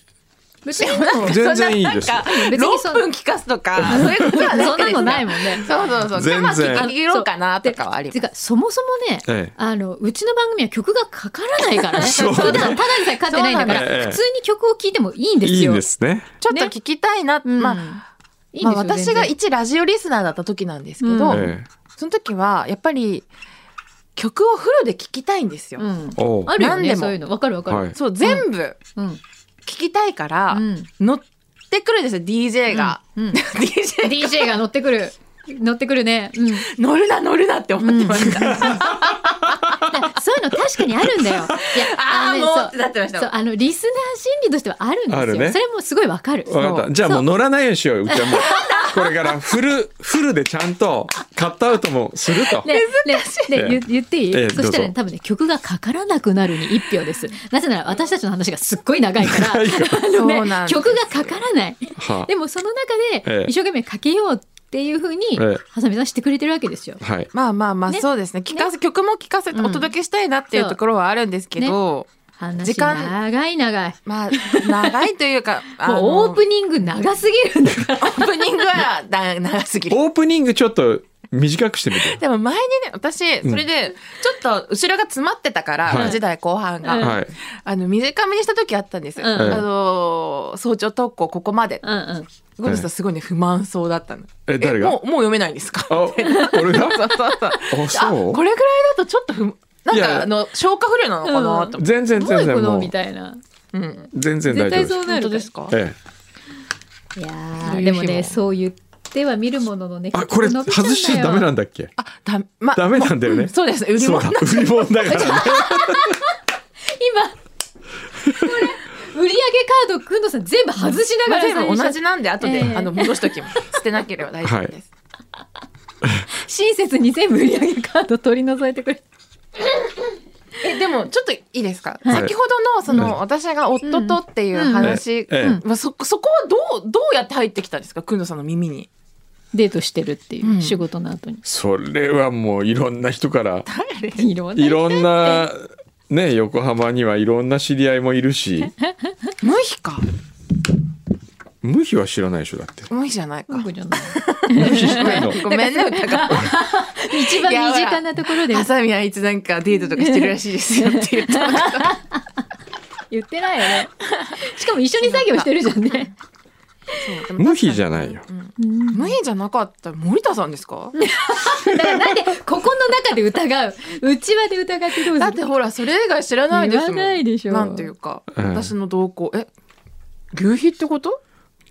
Speaker 2: 別にもう
Speaker 1: 全然いいです
Speaker 3: そんななんか
Speaker 2: 別にそ
Speaker 3: 6分聞かすとか、そういうことは
Speaker 2: そん
Speaker 3: く
Speaker 2: な
Speaker 3: です
Speaker 2: のないもんね。
Speaker 3: そうそうそう。
Speaker 1: 全然
Speaker 3: まあ聞きろうかなとかはあり
Speaker 2: て
Speaker 3: ます。
Speaker 2: かそもそもね、
Speaker 1: ええ
Speaker 2: あのうちの番組は曲がかからない からね
Speaker 1: そう
Speaker 2: 普段ただでさえかってないんだから、
Speaker 1: そうなんだよ
Speaker 2: 普通に曲を聴いてもいいんですよ
Speaker 1: いいんですね。
Speaker 3: ちょっと聞きたいな。
Speaker 2: うん
Speaker 3: まあ、
Speaker 2: いいん
Speaker 3: ま
Speaker 2: で
Speaker 3: あ
Speaker 2: すよ
Speaker 3: 私が
Speaker 2: 全然
Speaker 3: 一ラジオリスナーだった時なんですけ
Speaker 2: う
Speaker 3: ど、
Speaker 2: ん
Speaker 1: ええ
Speaker 3: その時はやっぱり曲をフルで聞きたいんですよ。
Speaker 2: うん
Speaker 1: おう
Speaker 2: あるよ
Speaker 3: 何で
Speaker 2: ね
Speaker 3: も
Speaker 2: そういうのわかるわかる、
Speaker 1: はい
Speaker 3: そう全部
Speaker 2: うん
Speaker 3: 聞きたいから、
Speaker 2: うん
Speaker 3: 乗ってくるんですよ DJ が、
Speaker 2: うん
Speaker 3: DJ
Speaker 2: DJ が乗ってくる乗ってくるね、 うん、
Speaker 3: 乗るな乗るなって思ってまし
Speaker 2: そ
Speaker 3: た、
Speaker 2: ういうの確かにあるんだよいや
Speaker 3: ああ
Speaker 2: のね
Speaker 3: もう
Speaker 2: そう
Speaker 3: ってなってました
Speaker 2: そうあのリスナー心理としてはあるんですよ
Speaker 1: あるね
Speaker 2: それもすごいわかる
Speaker 1: わかった。じゃあもう乗らないようにしようよ。うち はもう。これからフル、フルでちゃんとカットアウトもすると。
Speaker 2: ね、ね、ね、言言っていい、
Speaker 1: ええ
Speaker 2: そしたら、
Speaker 1: どうぞ
Speaker 2: ね、多分ね、曲がかからなくなるに一票です。なぜなら、私たちの話がすっごい長いから。
Speaker 1: 長いか
Speaker 2: あのね
Speaker 3: そう なんですよ
Speaker 2: 曲がかからない。
Speaker 1: は
Speaker 2: でも、その中
Speaker 1: ええ
Speaker 2: で、一生懸命かけようっていうふうに
Speaker 1: ええ、
Speaker 2: はさみさんしてくれてるわけですよ。
Speaker 1: はい。
Speaker 3: まあまあまあ
Speaker 2: ね
Speaker 3: そうですね聞かせ曲も聞かせて
Speaker 2: うん
Speaker 3: お届けしたいなっていうところはあるんですけど、
Speaker 2: 話
Speaker 3: 時間
Speaker 2: 長い長い。
Speaker 3: まあ長いという かあの
Speaker 2: もうオープニング長すぎるんだから。
Speaker 3: オープニングはだ長すぎる。
Speaker 1: オープニングちょっと短くしてみて。
Speaker 3: でも前にね私それでちょっと後ろが詰まってたから、
Speaker 1: はい
Speaker 3: 時代後半が、
Speaker 2: うん
Speaker 1: はい。
Speaker 3: あの短めにした時あったんですよ、
Speaker 2: うん
Speaker 3: あの早朝投稿ここまで
Speaker 2: うんうん。
Speaker 3: ゴミさんすごいね不満そうだったの。
Speaker 1: え、誰が
Speaker 3: もうもう読めないんですか。
Speaker 1: あ、 俺が
Speaker 3: そうそうそう。
Speaker 1: あ、そう
Speaker 3: あこれぐらいだとちょっと不なん
Speaker 1: いや
Speaker 3: かあの消化不良なのかなと思って。
Speaker 1: 全然
Speaker 2: どういう
Speaker 1: 全
Speaker 2: こ
Speaker 1: 然
Speaker 2: と
Speaker 1: もう
Speaker 2: み、たいな。
Speaker 3: うん。
Speaker 1: 全然大
Speaker 2: 絶
Speaker 1: 丈夫
Speaker 2: 対
Speaker 1: です
Speaker 2: そうなるか
Speaker 3: 本当
Speaker 2: ら。
Speaker 3: ですか。
Speaker 1: ええ。
Speaker 2: いや
Speaker 3: そういう日も
Speaker 2: ーでもね、そう言っては見るもののね。
Speaker 1: あ、これ
Speaker 2: 曲が伸びちゃうんだ
Speaker 1: 外
Speaker 2: よ
Speaker 1: しちゃダメなんだっけ
Speaker 3: あだま
Speaker 1: ダメなんだよね。
Speaker 3: そうです売り
Speaker 1: そう
Speaker 3: 物
Speaker 1: だ、売り物だからね。
Speaker 2: 今これ売り上げカードくんのさん全部外しな
Speaker 3: まあ
Speaker 2: がら
Speaker 3: でも同
Speaker 2: さ
Speaker 3: じなんで後で、
Speaker 2: ええ
Speaker 3: あの戻しときます。捨てなければ大丈夫です。
Speaker 2: 親切に全部売り上げカード取り除いてくれて
Speaker 3: えでもちょっといいですか。
Speaker 1: はい
Speaker 3: 先ほどのその、私が夫とっていう話、
Speaker 1: うんうんええ
Speaker 3: まあそそこはどうどうやって入ってきたんですか。くんのさんの耳に。
Speaker 2: デートしてるっていう、
Speaker 3: うん
Speaker 2: 仕事の後 に
Speaker 1: それはもういろんな人から、
Speaker 2: いろんない
Speaker 1: ろんな、ね、横浜にはいろんな知り合いもい るし、
Speaker 3: 無比か
Speaker 1: 無比は知らないでしょ、だって。
Speaker 3: 無比じゃないか。
Speaker 2: 僕じゃない
Speaker 1: 無 比知ってんの
Speaker 3: ごめんね歌が。
Speaker 2: 一番身近なところで
Speaker 3: ハサミあいつなんかデートとかしてるらしいですよって 言ったのかな
Speaker 2: 言ってないよねしかも一緒に作業してるじ ゃんね
Speaker 1: 無比じゃないよ。
Speaker 3: 無理じゃなかった森田さんですか
Speaker 2: だからなんでここの中で疑う内輪で疑って どうする
Speaker 3: だってほらそれ以外知らないですもん
Speaker 2: 言わないでしょ
Speaker 3: なんていうか、
Speaker 1: うん
Speaker 3: 私の動向え牛皮ってこと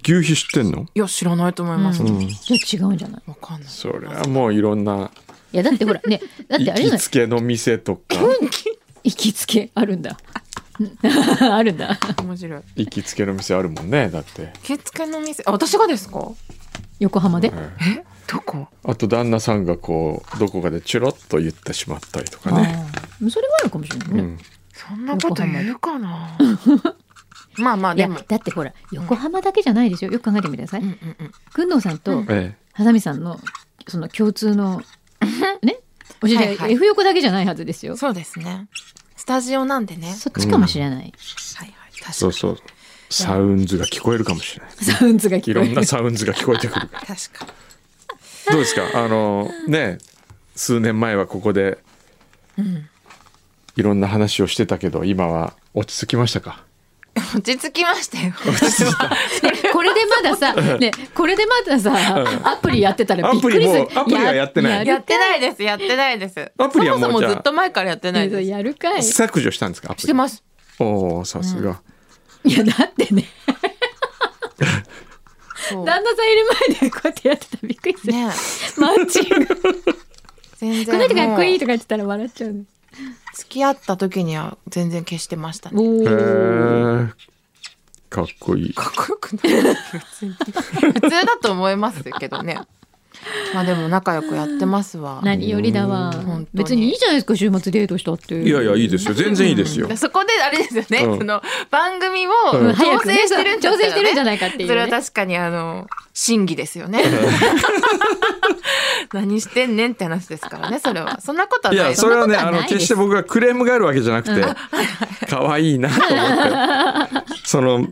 Speaker 1: 牛皮知ってんの
Speaker 3: いや知らないと思います、
Speaker 2: う
Speaker 3: わ
Speaker 1: うん。
Speaker 2: じゃあ違うんじゃない
Speaker 3: かんない
Speaker 1: それはもういろんな、
Speaker 2: いやだってほらねだって
Speaker 1: 行
Speaker 2: あれじゃ
Speaker 1: き
Speaker 2: ない
Speaker 1: つけの店とか、
Speaker 2: 行きつけあるんだ あるんだ
Speaker 3: 面白い
Speaker 1: 行きつけの店あるもんね、だって。
Speaker 3: 受付の店あ私がですか
Speaker 2: 横浜で
Speaker 1: うん
Speaker 3: どこ
Speaker 1: あと旦那さんがこうどこかでチュロッと言ってしまったりとかね。
Speaker 2: あーそれはあるかもしれないうね、
Speaker 1: ん、
Speaker 3: そんなこと言うか なまあまあ
Speaker 2: い
Speaker 3: で
Speaker 2: や
Speaker 3: も
Speaker 2: だってほら横浜だけじゃないですよよく考えてみてください
Speaker 3: うんうんうん
Speaker 2: 工藤、さん
Speaker 3: う
Speaker 2: と
Speaker 3: ん
Speaker 1: え
Speaker 2: ハサミさんのその共通のねお知り合い、
Speaker 3: はいはい
Speaker 2: F 横だけじゃないはずですよ。
Speaker 3: そうですね。スタジオなんでね。
Speaker 2: そっちかもしれない。
Speaker 3: はいはい。確かに。
Speaker 1: そうそうサウンズが聞こえるかもしれない
Speaker 2: サウンズが
Speaker 1: い
Speaker 2: 聞こえ
Speaker 1: ろん
Speaker 2: る
Speaker 1: な。サウンズが聞こえてくるから
Speaker 3: 確かに。
Speaker 1: どうですかあのね数年前はここでいろんな話をしてたけど今は落ち着きましたか
Speaker 3: 落ち着きましたよ。
Speaker 2: ねこれでまだ さ、ね、これでまださ、アプリやってたらびっくりす
Speaker 1: アプ
Speaker 2: る
Speaker 1: リ。もうアプリはやってない
Speaker 3: やってないです。やってないです。
Speaker 1: アプリはもう
Speaker 3: そもそ
Speaker 1: じゃ
Speaker 3: も
Speaker 1: あ
Speaker 3: ずっと前からやってないです。
Speaker 2: やるかい。
Speaker 1: 削除したんですかアプ
Speaker 3: し
Speaker 1: リ
Speaker 3: てます。
Speaker 1: おおさすが、
Speaker 2: いや、だってね、
Speaker 3: そう
Speaker 2: 旦那さんいる前でこうやってやってたらびっくりする。
Speaker 3: ね
Speaker 2: マッチング。こ
Speaker 3: 全然。
Speaker 2: の人かっこいいと
Speaker 3: も
Speaker 2: か言ってたら笑っちゃうね。
Speaker 3: う付き合った時には全然消してましたね。
Speaker 2: お
Speaker 1: へ
Speaker 2: ー
Speaker 1: ーかっこいい
Speaker 3: かっこよくない別に 普通だと思いますけどねまあでも仲良くやってますわ
Speaker 2: 何よりだわ
Speaker 3: 本当に。
Speaker 2: 別にいいじゃないですか、週末デートしたって。
Speaker 1: いやいやいいですよ全然いいですよ、
Speaker 3: そこであれですよね、
Speaker 1: うん
Speaker 3: その番組を
Speaker 1: うん
Speaker 3: 調整してるんだった
Speaker 2: 調
Speaker 3: らね
Speaker 2: 整してるんじゃないかっていうね
Speaker 3: それは確かにあの真偽ですよね何してんねんって話ですからねそれはそんなことはいない
Speaker 1: やそれはね
Speaker 2: そんなこ
Speaker 1: あ
Speaker 2: とは
Speaker 1: の
Speaker 2: ないです
Speaker 1: 決して僕がクレームがあるわけじゃ なくて可愛いなと思ってその
Speaker 2: そうよ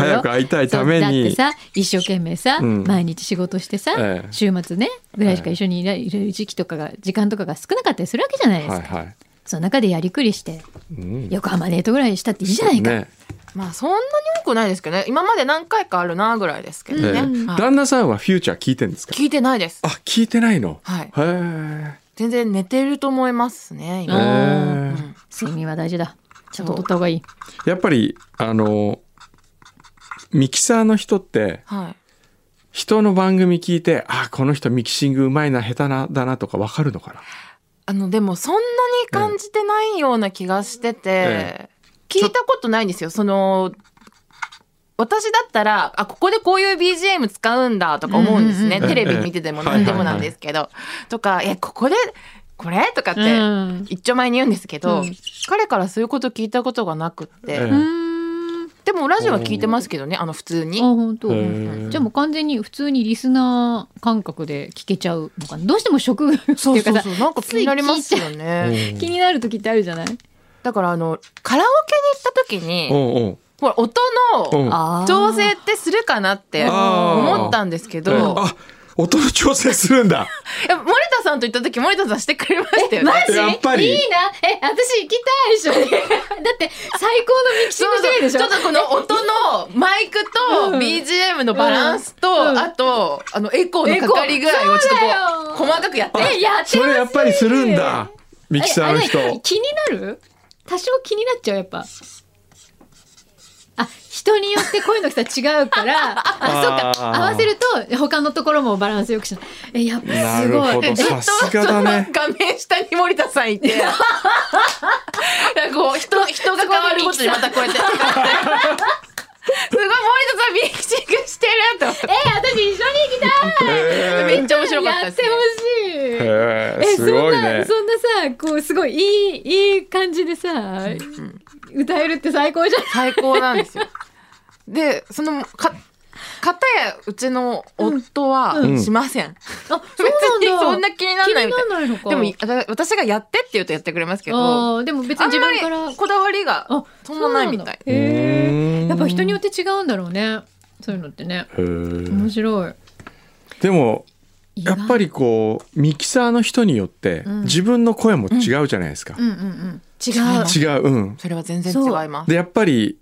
Speaker 1: 早く会いたいために
Speaker 2: そうだってさ一生懸命さ、
Speaker 1: うん
Speaker 2: 毎日仕事してさ、
Speaker 1: ええ
Speaker 2: 週末ねぐらいしか一緒にいらいる時期とかが時間とかが少なかったりするわけじゃないですか、
Speaker 1: はいはい、
Speaker 2: その中でやりくりして
Speaker 1: うん、
Speaker 2: 横浜デートぐらいしたっていいじゃないか、
Speaker 1: ね
Speaker 3: まあそんなに多くないですけどね今まで何回かあるなぐらいですけどね、
Speaker 1: ええ
Speaker 3: はい
Speaker 1: 旦那さんはフューチャー聞いてんですか
Speaker 3: 聞いてないです
Speaker 1: あ聞いてないの
Speaker 3: はい
Speaker 1: へー
Speaker 3: 全然寝てると思いますね
Speaker 1: へ
Speaker 3: 今、
Speaker 1: ー
Speaker 3: うん
Speaker 2: 睡眠は大事だちゃんと
Speaker 3: そう
Speaker 2: 取った方がいい
Speaker 1: やっぱりあのミキサーの人って
Speaker 3: はい
Speaker 1: 人の番組聞いてあこの人ミキシングうまいな下手なだなとかわかるのかな
Speaker 3: あのでもそんなに感じてないような気がしてて、
Speaker 1: え
Speaker 3: 聞いたことないんですよその私だったらあここでこういう BGM 使うんだとか思うんですね、
Speaker 2: うんうんうん
Speaker 3: テレビ見てても何でもなんですけど、とか「えここでこれ?」とかって
Speaker 2: うん
Speaker 3: 一丁前に言うんですけど、
Speaker 2: うん
Speaker 3: 彼からそういうこと聞いたことがなくって、
Speaker 1: ええ
Speaker 2: うーんあ
Speaker 3: でもラジオは聞いてますけどねあの普通に。
Speaker 2: 本当、
Speaker 1: へー
Speaker 2: じゃあもう完全に普通にリスナー感覚で聞けちゃうのかなどうしても職業っていうかさ
Speaker 3: そうそうそうなんか気になりますよ
Speaker 1: う
Speaker 3: ね。
Speaker 1: ん
Speaker 2: 気になる時ってあるじゃない
Speaker 3: だからあのカラオケに行った時
Speaker 1: う
Speaker 3: に
Speaker 1: んうん
Speaker 3: ほら音
Speaker 1: うん
Speaker 3: の調整ってするかなって
Speaker 1: あー
Speaker 3: 思ったんですけど、
Speaker 1: ええ
Speaker 3: い
Speaker 1: あ音の調整するん だ
Speaker 3: や森田さんと行った時森田さんしてくれましたよね。
Speaker 2: マジ
Speaker 1: やっぱり
Speaker 2: いいなえ私行きたい一緒に だって最高のミキシングしてるでしょ
Speaker 3: ちょっとこの音のマイク
Speaker 2: う
Speaker 3: と
Speaker 2: ん
Speaker 3: BGM のバランスと、
Speaker 2: うん
Speaker 3: あとあのエコーのかかり具合をちょっ
Speaker 2: そ
Speaker 3: とこ
Speaker 2: ううだよ
Speaker 3: 細かくやって
Speaker 2: えやってます
Speaker 1: それやっぱりするんだミキサーの人
Speaker 2: えあれ気になる多少気になっちゃうやっぱあ人によって声の大きさ違うからあ
Speaker 1: あー
Speaker 2: そっか合わせると他のところもバランスよくしないえやっぱす
Speaker 1: なるほ
Speaker 2: ごい
Speaker 1: ど
Speaker 2: え
Speaker 1: さすがだね
Speaker 3: 画面下に森田さんい てなんかこう人人が変わるごとにまた こうやってすごい森田さんミキシングしてると思って
Speaker 2: え私一緒に行きたい
Speaker 1: へ
Speaker 3: めっちゃ面白かった
Speaker 2: やっ
Speaker 3: です
Speaker 2: て
Speaker 3: ね
Speaker 2: ほしい
Speaker 1: ーへー
Speaker 2: え
Speaker 1: すごいね
Speaker 2: そんなそんなさこうすごいいいいい感じでさ、歌えるって最高じゃ ん
Speaker 3: 最高なんですよ。でそのか片やうちの夫は
Speaker 1: ん
Speaker 3: しません。
Speaker 2: あ
Speaker 3: 別 にそんな気にならないみたい
Speaker 2: 気にならないのか
Speaker 3: でもあた私がやってって言うとやってくれますけどあ
Speaker 2: あーでも別
Speaker 3: ん
Speaker 2: に自
Speaker 3: ま
Speaker 2: 分から
Speaker 3: りこだわりが
Speaker 2: あ
Speaker 3: そんなないみたい。
Speaker 2: そうなんだ
Speaker 1: う
Speaker 2: へ
Speaker 1: ーん
Speaker 2: えやっぱ人によって違うんだろうねそういうのってね
Speaker 1: へー
Speaker 2: 面白い
Speaker 1: でも
Speaker 2: 意
Speaker 1: や
Speaker 2: 外
Speaker 1: っぱりこうミキサーの人によって
Speaker 2: ん
Speaker 1: 自分の声も違うじゃないですか、
Speaker 2: うんうんうん違
Speaker 3: う
Speaker 2: う
Speaker 3: うん
Speaker 1: 違ううん
Speaker 3: それは全然違います。
Speaker 1: でやっぱり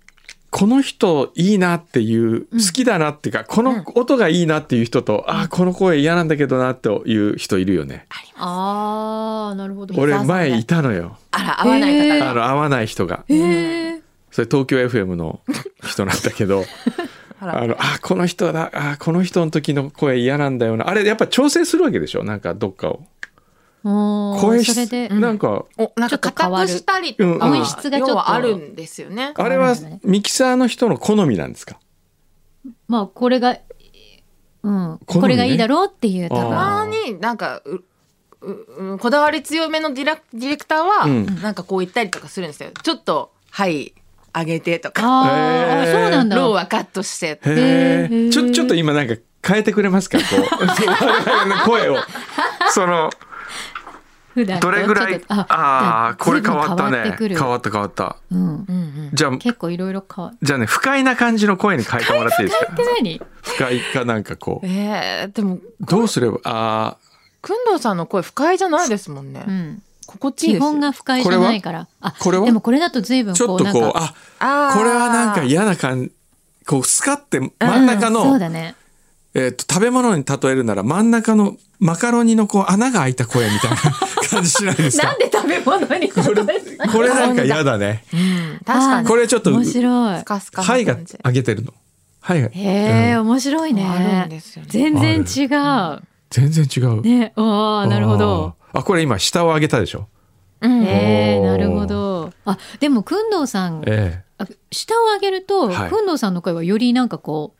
Speaker 1: この人いいなっていう好きだなっていうか、この音がいいなっていう人と、あーこの声嫌なんだけどなという人いるよね
Speaker 2: あーなるほど
Speaker 1: 俺前いたのよ
Speaker 3: あら合わない方
Speaker 2: へ
Speaker 3: が
Speaker 2: ー
Speaker 1: あの合わない人が
Speaker 2: へえ
Speaker 1: それ東京 FM の人なんだ けど
Speaker 3: あら
Speaker 1: あのあこの人だあーこの人の時の声嫌なんだよなあれやっぱ調整するわけでしょなんかどっかを声
Speaker 2: 声
Speaker 1: 質
Speaker 2: それで
Speaker 1: なんか、
Speaker 3: おなん
Speaker 2: ちょ
Speaker 3: か
Speaker 2: っと変わ
Speaker 3: 硬
Speaker 2: る
Speaker 3: くしたり
Speaker 1: うんう
Speaker 3: と
Speaker 1: ん
Speaker 3: か
Speaker 1: 音
Speaker 2: 質がちょっと
Speaker 3: 要はあるんですよね。
Speaker 1: あれはミキサーの人の好みなんですか
Speaker 2: まあこれがうん
Speaker 1: 好みね
Speaker 2: これがいいだろうっていう多
Speaker 1: あ
Speaker 2: 分
Speaker 1: ー
Speaker 3: たまになんかうううんこだわり強めのディラディレクターは、
Speaker 1: うん
Speaker 3: なんかこう言ったりとかするんですよちょっと「はい上げて」とか
Speaker 2: あーあ
Speaker 1: へー
Speaker 2: そうなん
Speaker 3: 「
Speaker 2: だ
Speaker 3: ローはカットして」
Speaker 1: へ
Speaker 2: へ
Speaker 1: え。
Speaker 2: ー
Speaker 1: ちょ、ちょっと今なん か変えてくれますかこう。我々の声を。その、
Speaker 2: 普段と
Speaker 1: どれぐら
Speaker 2: ちょ
Speaker 1: い
Speaker 2: っと
Speaker 1: ああー
Speaker 2: だ
Speaker 1: これ変わった
Speaker 2: 随分変
Speaker 1: ね
Speaker 2: わってくる
Speaker 1: 変わった変わった
Speaker 2: うん、
Speaker 3: うんうん。
Speaker 1: じゃあ
Speaker 2: 結構いろいろ変わっ
Speaker 1: じゃあね不快な感じの声に変えてもらってい いですか
Speaker 2: て何
Speaker 1: 不快かなんかこう
Speaker 3: えー、でも、
Speaker 1: どうすればあ
Speaker 3: くんどうさんの声不快じゃないですもんね。
Speaker 2: うん
Speaker 3: 心地いい
Speaker 2: 基
Speaker 3: ですよ。
Speaker 2: 本が不快じゃないからあ
Speaker 1: これは
Speaker 2: でもこれだと随分
Speaker 1: あちょ
Speaker 2: こう
Speaker 1: っと
Speaker 2: なん
Speaker 1: こう
Speaker 2: か
Speaker 1: あ
Speaker 3: あー
Speaker 1: これはなんか嫌な感じこうスカって真ん中
Speaker 2: うんそ
Speaker 1: の、
Speaker 2: うだね
Speaker 1: えー、と食べ物に例えるなら真ん中のマカロニのこう穴が開いた声み たいな感じしないです
Speaker 2: な
Speaker 1: か
Speaker 2: んで食べ物に例えたの
Speaker 1: これなんか嫌だね
Speaker 3: うん、確かに。
Speaker 1: これちょっと
Speaker 2: 面白い
Speaker 3: スカスカの
Speaker 1: 肺が
Speaker 3: 感じ。
Speaker 1: 上げてるの肺が、
Speaker 2: へえ、面白い
Speaker 3: あるん
Speaker 2: ね
Speaker 3: ですよね。
Speaker 2: 全然違う
Speaker 1: 全然違う、
Speaker 2: ねああなるほど
Speaker 1: あーあこれ今下を上げたでしょ
Speaker 3: うん
Speaker 2: へえ
Speaker 1: おー
Speaker 2: なるほどあでもくんどうさん
Speaker 1: え
Speaker 2: あ下を上げると、
Speaker 1: はい
Speaker 2: くんどうさんの声はよりなんかこ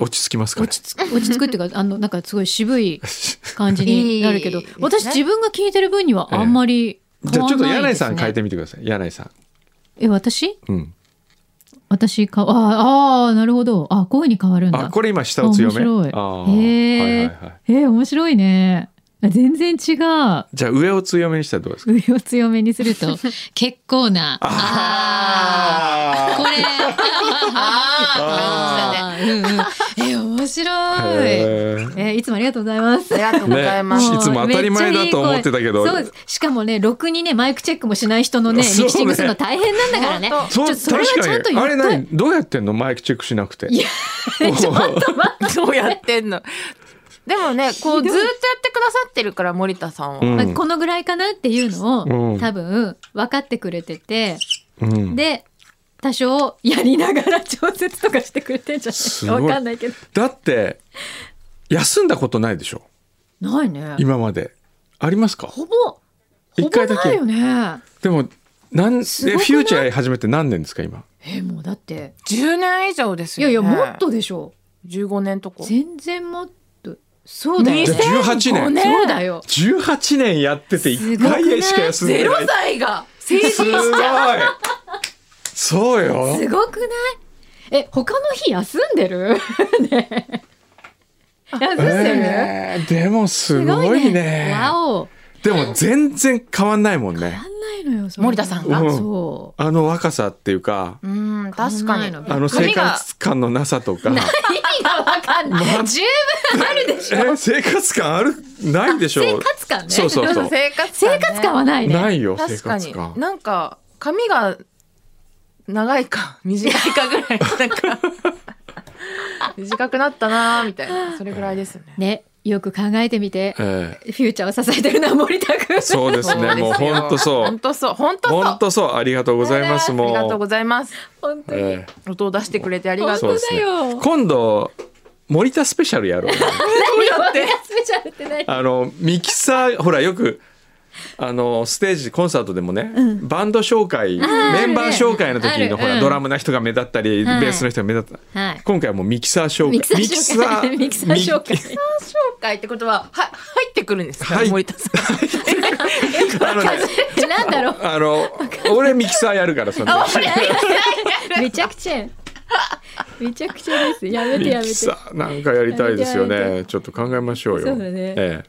Speaker 1: え落ち着きま
Speaker 2: う
Speaker 1: すかね
Speaker 2: 落ち着く落ち着くっていうかあのなんかすごい渋い感じになるけど
Speaker 3: いいですね
Speaker 2: 私自分が聞いてる分にはあんまり
Speaker 1: じ
Speaker 2: 変
Speaker 1: ゃあ
Speaker 2: わ
Speaker 1: ち
Speaker 2: ら
Speaker 1: ょっと
Speaker 2: ない
Speaker 1: 柳
Speaker 2: で
Speaker 1: 井
Speaker 2: す、ね、
Speaker 1: さん変えてみてください柳井さん
Speaker 2: え私
Speaker 1: うん
Speaker 2: 私かあーあーなるほどあこういうふうに変わるんだ
Speaker 1: あこれ今下を強
Speaker 2: あ面
Speaker 1: め
Speaker 2: 白い
Speaker 1: あー
Speaker 2: へー
Speaker 1: はいはいはい
Speaker 2: えー面白いねあ全然違う
Speaker 1: じゃあ上を強めにしたらどうですか
Speaker 2: 上を強めにすると結構なあーこ
Speaker 1: あ
Speaker 2: れあーうんうんえー面白い、
Speaker 1: ー
Speaker 2: えーいつもありがとうございます
Speaker 3: ありがとうございま
Speaker 1: ね
Speaker 3: す。
Speaker 1: いつも当たり前だと思ってたけど
Speaker 2: そうですしかもねろくにねマイクチェックもしない人のねミ
Speaker 1: そうね
Speaker 2: キシングするの大変なんだからね
Speaker 3: 本
Speaker 2: ちょっとそれはちゃんと言
Speaker 1: 確かにあ
Speaker 2: っ
Speaker 1: れ
Speaker 2: とい
Speaker 1: 何どうやってんのマイクチェックしなくて
Speaker 2: いや
Speaker 1: ちょっと
Speaker 3: どうやってんの。でもね、こ
Speaker 2: ひど
Speaker 3: うずーっと
Speaker 2: い
Speaker 3: やってくださってるから、森田さんは。
Speaker 2: まあこのぐらいかなっていうのを、
Speaker 1: うん
Speaker 2: 多分分かってくれてて
Speaker 1: うん
Speaker 2: で多少やりながら調節とかしてくれてんじゃ
Speaker 1: す
Speaker 2: な
Speaker 1: ご
Speaker 2: い
Speaker 1: い
Speaker 2: わかんないけど
Speaker 1: だって休んだことないでしょ
Speaker 2: ないね
Speaker 1: 今まで、ありますか
Speaker 2: ほぼ
Speaker 1: 一
Speaker 2: ほ
Speaker 1: 回
Speaker 2: ぼ
Speaker 1: だけ
Speaker 2: ないよね
Speaker 1: でもなんえフ
Speaker 2: すごくない
Speaker 1: ューチャー始めて何年ですか今
Speaker 2: えもうだって
Speaker 3: 10年以上です
Speaker 2: い
Speaker 3: よ、
Speaker 2: や
Speaker 3: ね。
Speaker 2: いやもっ。とでしょ
Speaker 3: 15年とか。
Speaker 2: 全然もっとそうだよ
Speaker 1: じゃ
Speaker 2: ね
Speaker 1: あ18年
Speaker 3: 2005
Speaker 2: そうだよ
Speaker 1: 18年やってて1
Speaker 2: すごくな
Speaker 1: 回
Speaker 2: い
Speaker 1: しか休んで
Speaker 3: ゼロ
Speaker 1: ない
Speaker 3: 歳が成人
Speaker 1: すごいそうよ
Speaker 2: すごくないえ他の日休んでる ね休んでる、
Speaker 1: えーでもすごいね
Speaker 2: わお
Speaker 1: でも全然変わんないもんね
Speaker 2: 変わんないのよそれ
Speaker 3: 森田さんが
Speaker 1: うん
Speaker 2: そ
Speaker 1: あの若さっていうか
Speaker 3: うん、確かに。
Speaker 2: 変わんない
Speaker 1: あの生
Speaker 3: 髪が
Speaker 1: 活感のなさとか
Speaker 2: う意味がわかんない、十分あるでしょ
Speaker 1: え生活感あるないでしょ
Speaker 2: 生活感ね
Speaker 1: そうそうそう
Speaker 3: 生活
Speaker 2: 生活感は
Speaker 3: ね
Speaker 2: ないね
Speaker 1: ないよ生
Speaker 3: 確か
Speaker 1: 活
Speaker 3: に
Speaker 1: 感
Speaker 3: なんか髪が長いか短いかぐら いなんか短くなったなーみたいなそれぐらいですね
Speaker 2: ねよく考えてみてフ
Speaker 1: ええ
Speaker 2: ューチャーを支えてるのは森田君
Speaker 1: そうですねもう本当そ
Speaker 3: 本
Speaker 1: う
Speaker 3: 当そう本当そう
Speaker 1: 本当そうありがとうございますもう
Speaker 3: ありがとうございます
Speaker 2: 本当に、
Speaker 1: ええ
Speaker 3: 音を出してくれてありがと
Speaker 1: そううですね
Speaker 2: 本当だよ
Speaker 1: 今度森田スペシャルやろうよ
Speaker 2: 森田スペシャルって何
Speaker 1: あのミキサーほらよくあのステージコンサートでもね、バンド紹介メンバー紹介の時
Speaker 2: ある
Speaker 1: の、ほら、
Speaker 2: うん
Speaker 1: ドラムの人が目立ったり、
Speaker 2: はい
Speaker 1: ベースの人が目立った、
Speaker 2: はい
Speaker 1: 今回はもうミキサー紹介
Speaker 2: ミキサー紹介ミキサー紹介
Speaker 1: ミキ
Speaker 3: 紹介ってことはは入ってくるんですか、
Speaker 1: はい
Speaker 3: 森田さん
Speaker 1: あのね
Speaker 2: えなんだろう
Speaker 1: あの俺ミキサーやるからその
Speaker 2: めちゃくちゃやんめちゃくちゃですやめ
Speaker 1: ミ
Speaker 2: てやめ
Speaker 1: キ
Speaker 2: て
Speaker 1: サーなんかやりたいですよ
Speaker 2: やめてや
Speaker 1: ねちょっと考えましょうよ
Speaker 2: そうだね
Speaker 1: え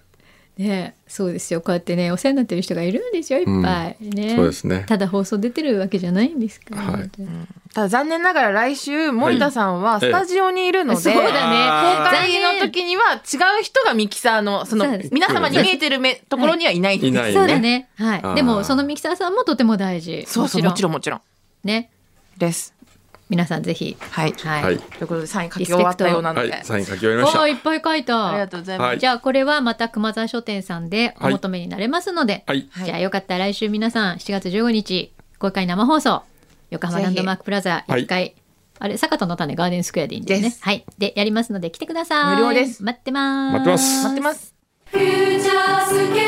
Speaker 2: ねそうですよこうやってねお世話になってる人がいるんですよいっぱい、ね
Speaker 1: そうですね
Speaker 2: ただ放送出てるわけじゃないんですから、
Speaker 1: はい
Speaker 3: ただ残念ながら来週森田さんはスタジオにいるので、
Speaker 2: そうだね
Speaker 1: 公
Speaker 3: 会
Speaker 2: 残
Speaker 3: の
Speaker 2: 念
Speaker 3: 時には違う人がミキサーのその
Speaker 2: そうです
Speaker 3: 皆様に見えてる目ところにはいないんです。
Speaker 1: いない
Speaker 2: そうだねはい
Speaker 1: あー
Speaker 2: でもそのミキサーさんもとても大事
Speaker 3: そうそうもちろ
Speaker 2: ん
Speaker 3: んもちろん
Speaker 2: ね
Speaker 3: です。
Speaker 2: 皆さんぜひ
Speaker 3: はい。
Speaker 2: はい、
Speaker 1: はい
Speaker 3: ということでサイン書き終わったような
Speaker 1: え
Speaker 3: ので、
Speaker 1: はいサイン書き終わり
Speaker 2: お
Speaker 1: ました
Speaker 2: ーいっぱい書いた
Speaker 3: ありがとうございます。
Speaker 1: は
Speaker 2: じゃあこれはまた熊沢書店さんでお求めになれますので、
Speaker 1: はい
Speaker 3: はい
Speaker 2: じゃあよかったら来週皆さん7月15日公開生放送横浜
Speaker 3: ぜ
Speaker 2: ラ
Speaker 3: ひ
Speaker 2: ンドマークプラザ
Speaker 1: はい
Speaker 2: 1階、あれ坂田の種ガーデンスクエアでいいんですね
Speaker 3: です
Speaker 2: はいでやりますので来てください
Speaker 3: 無料です
Speaker 2: 待ってます
Speaker 1: 待ってます
Speaker 3: 待ってます。
Speaker 4: 「フューチャースケープ」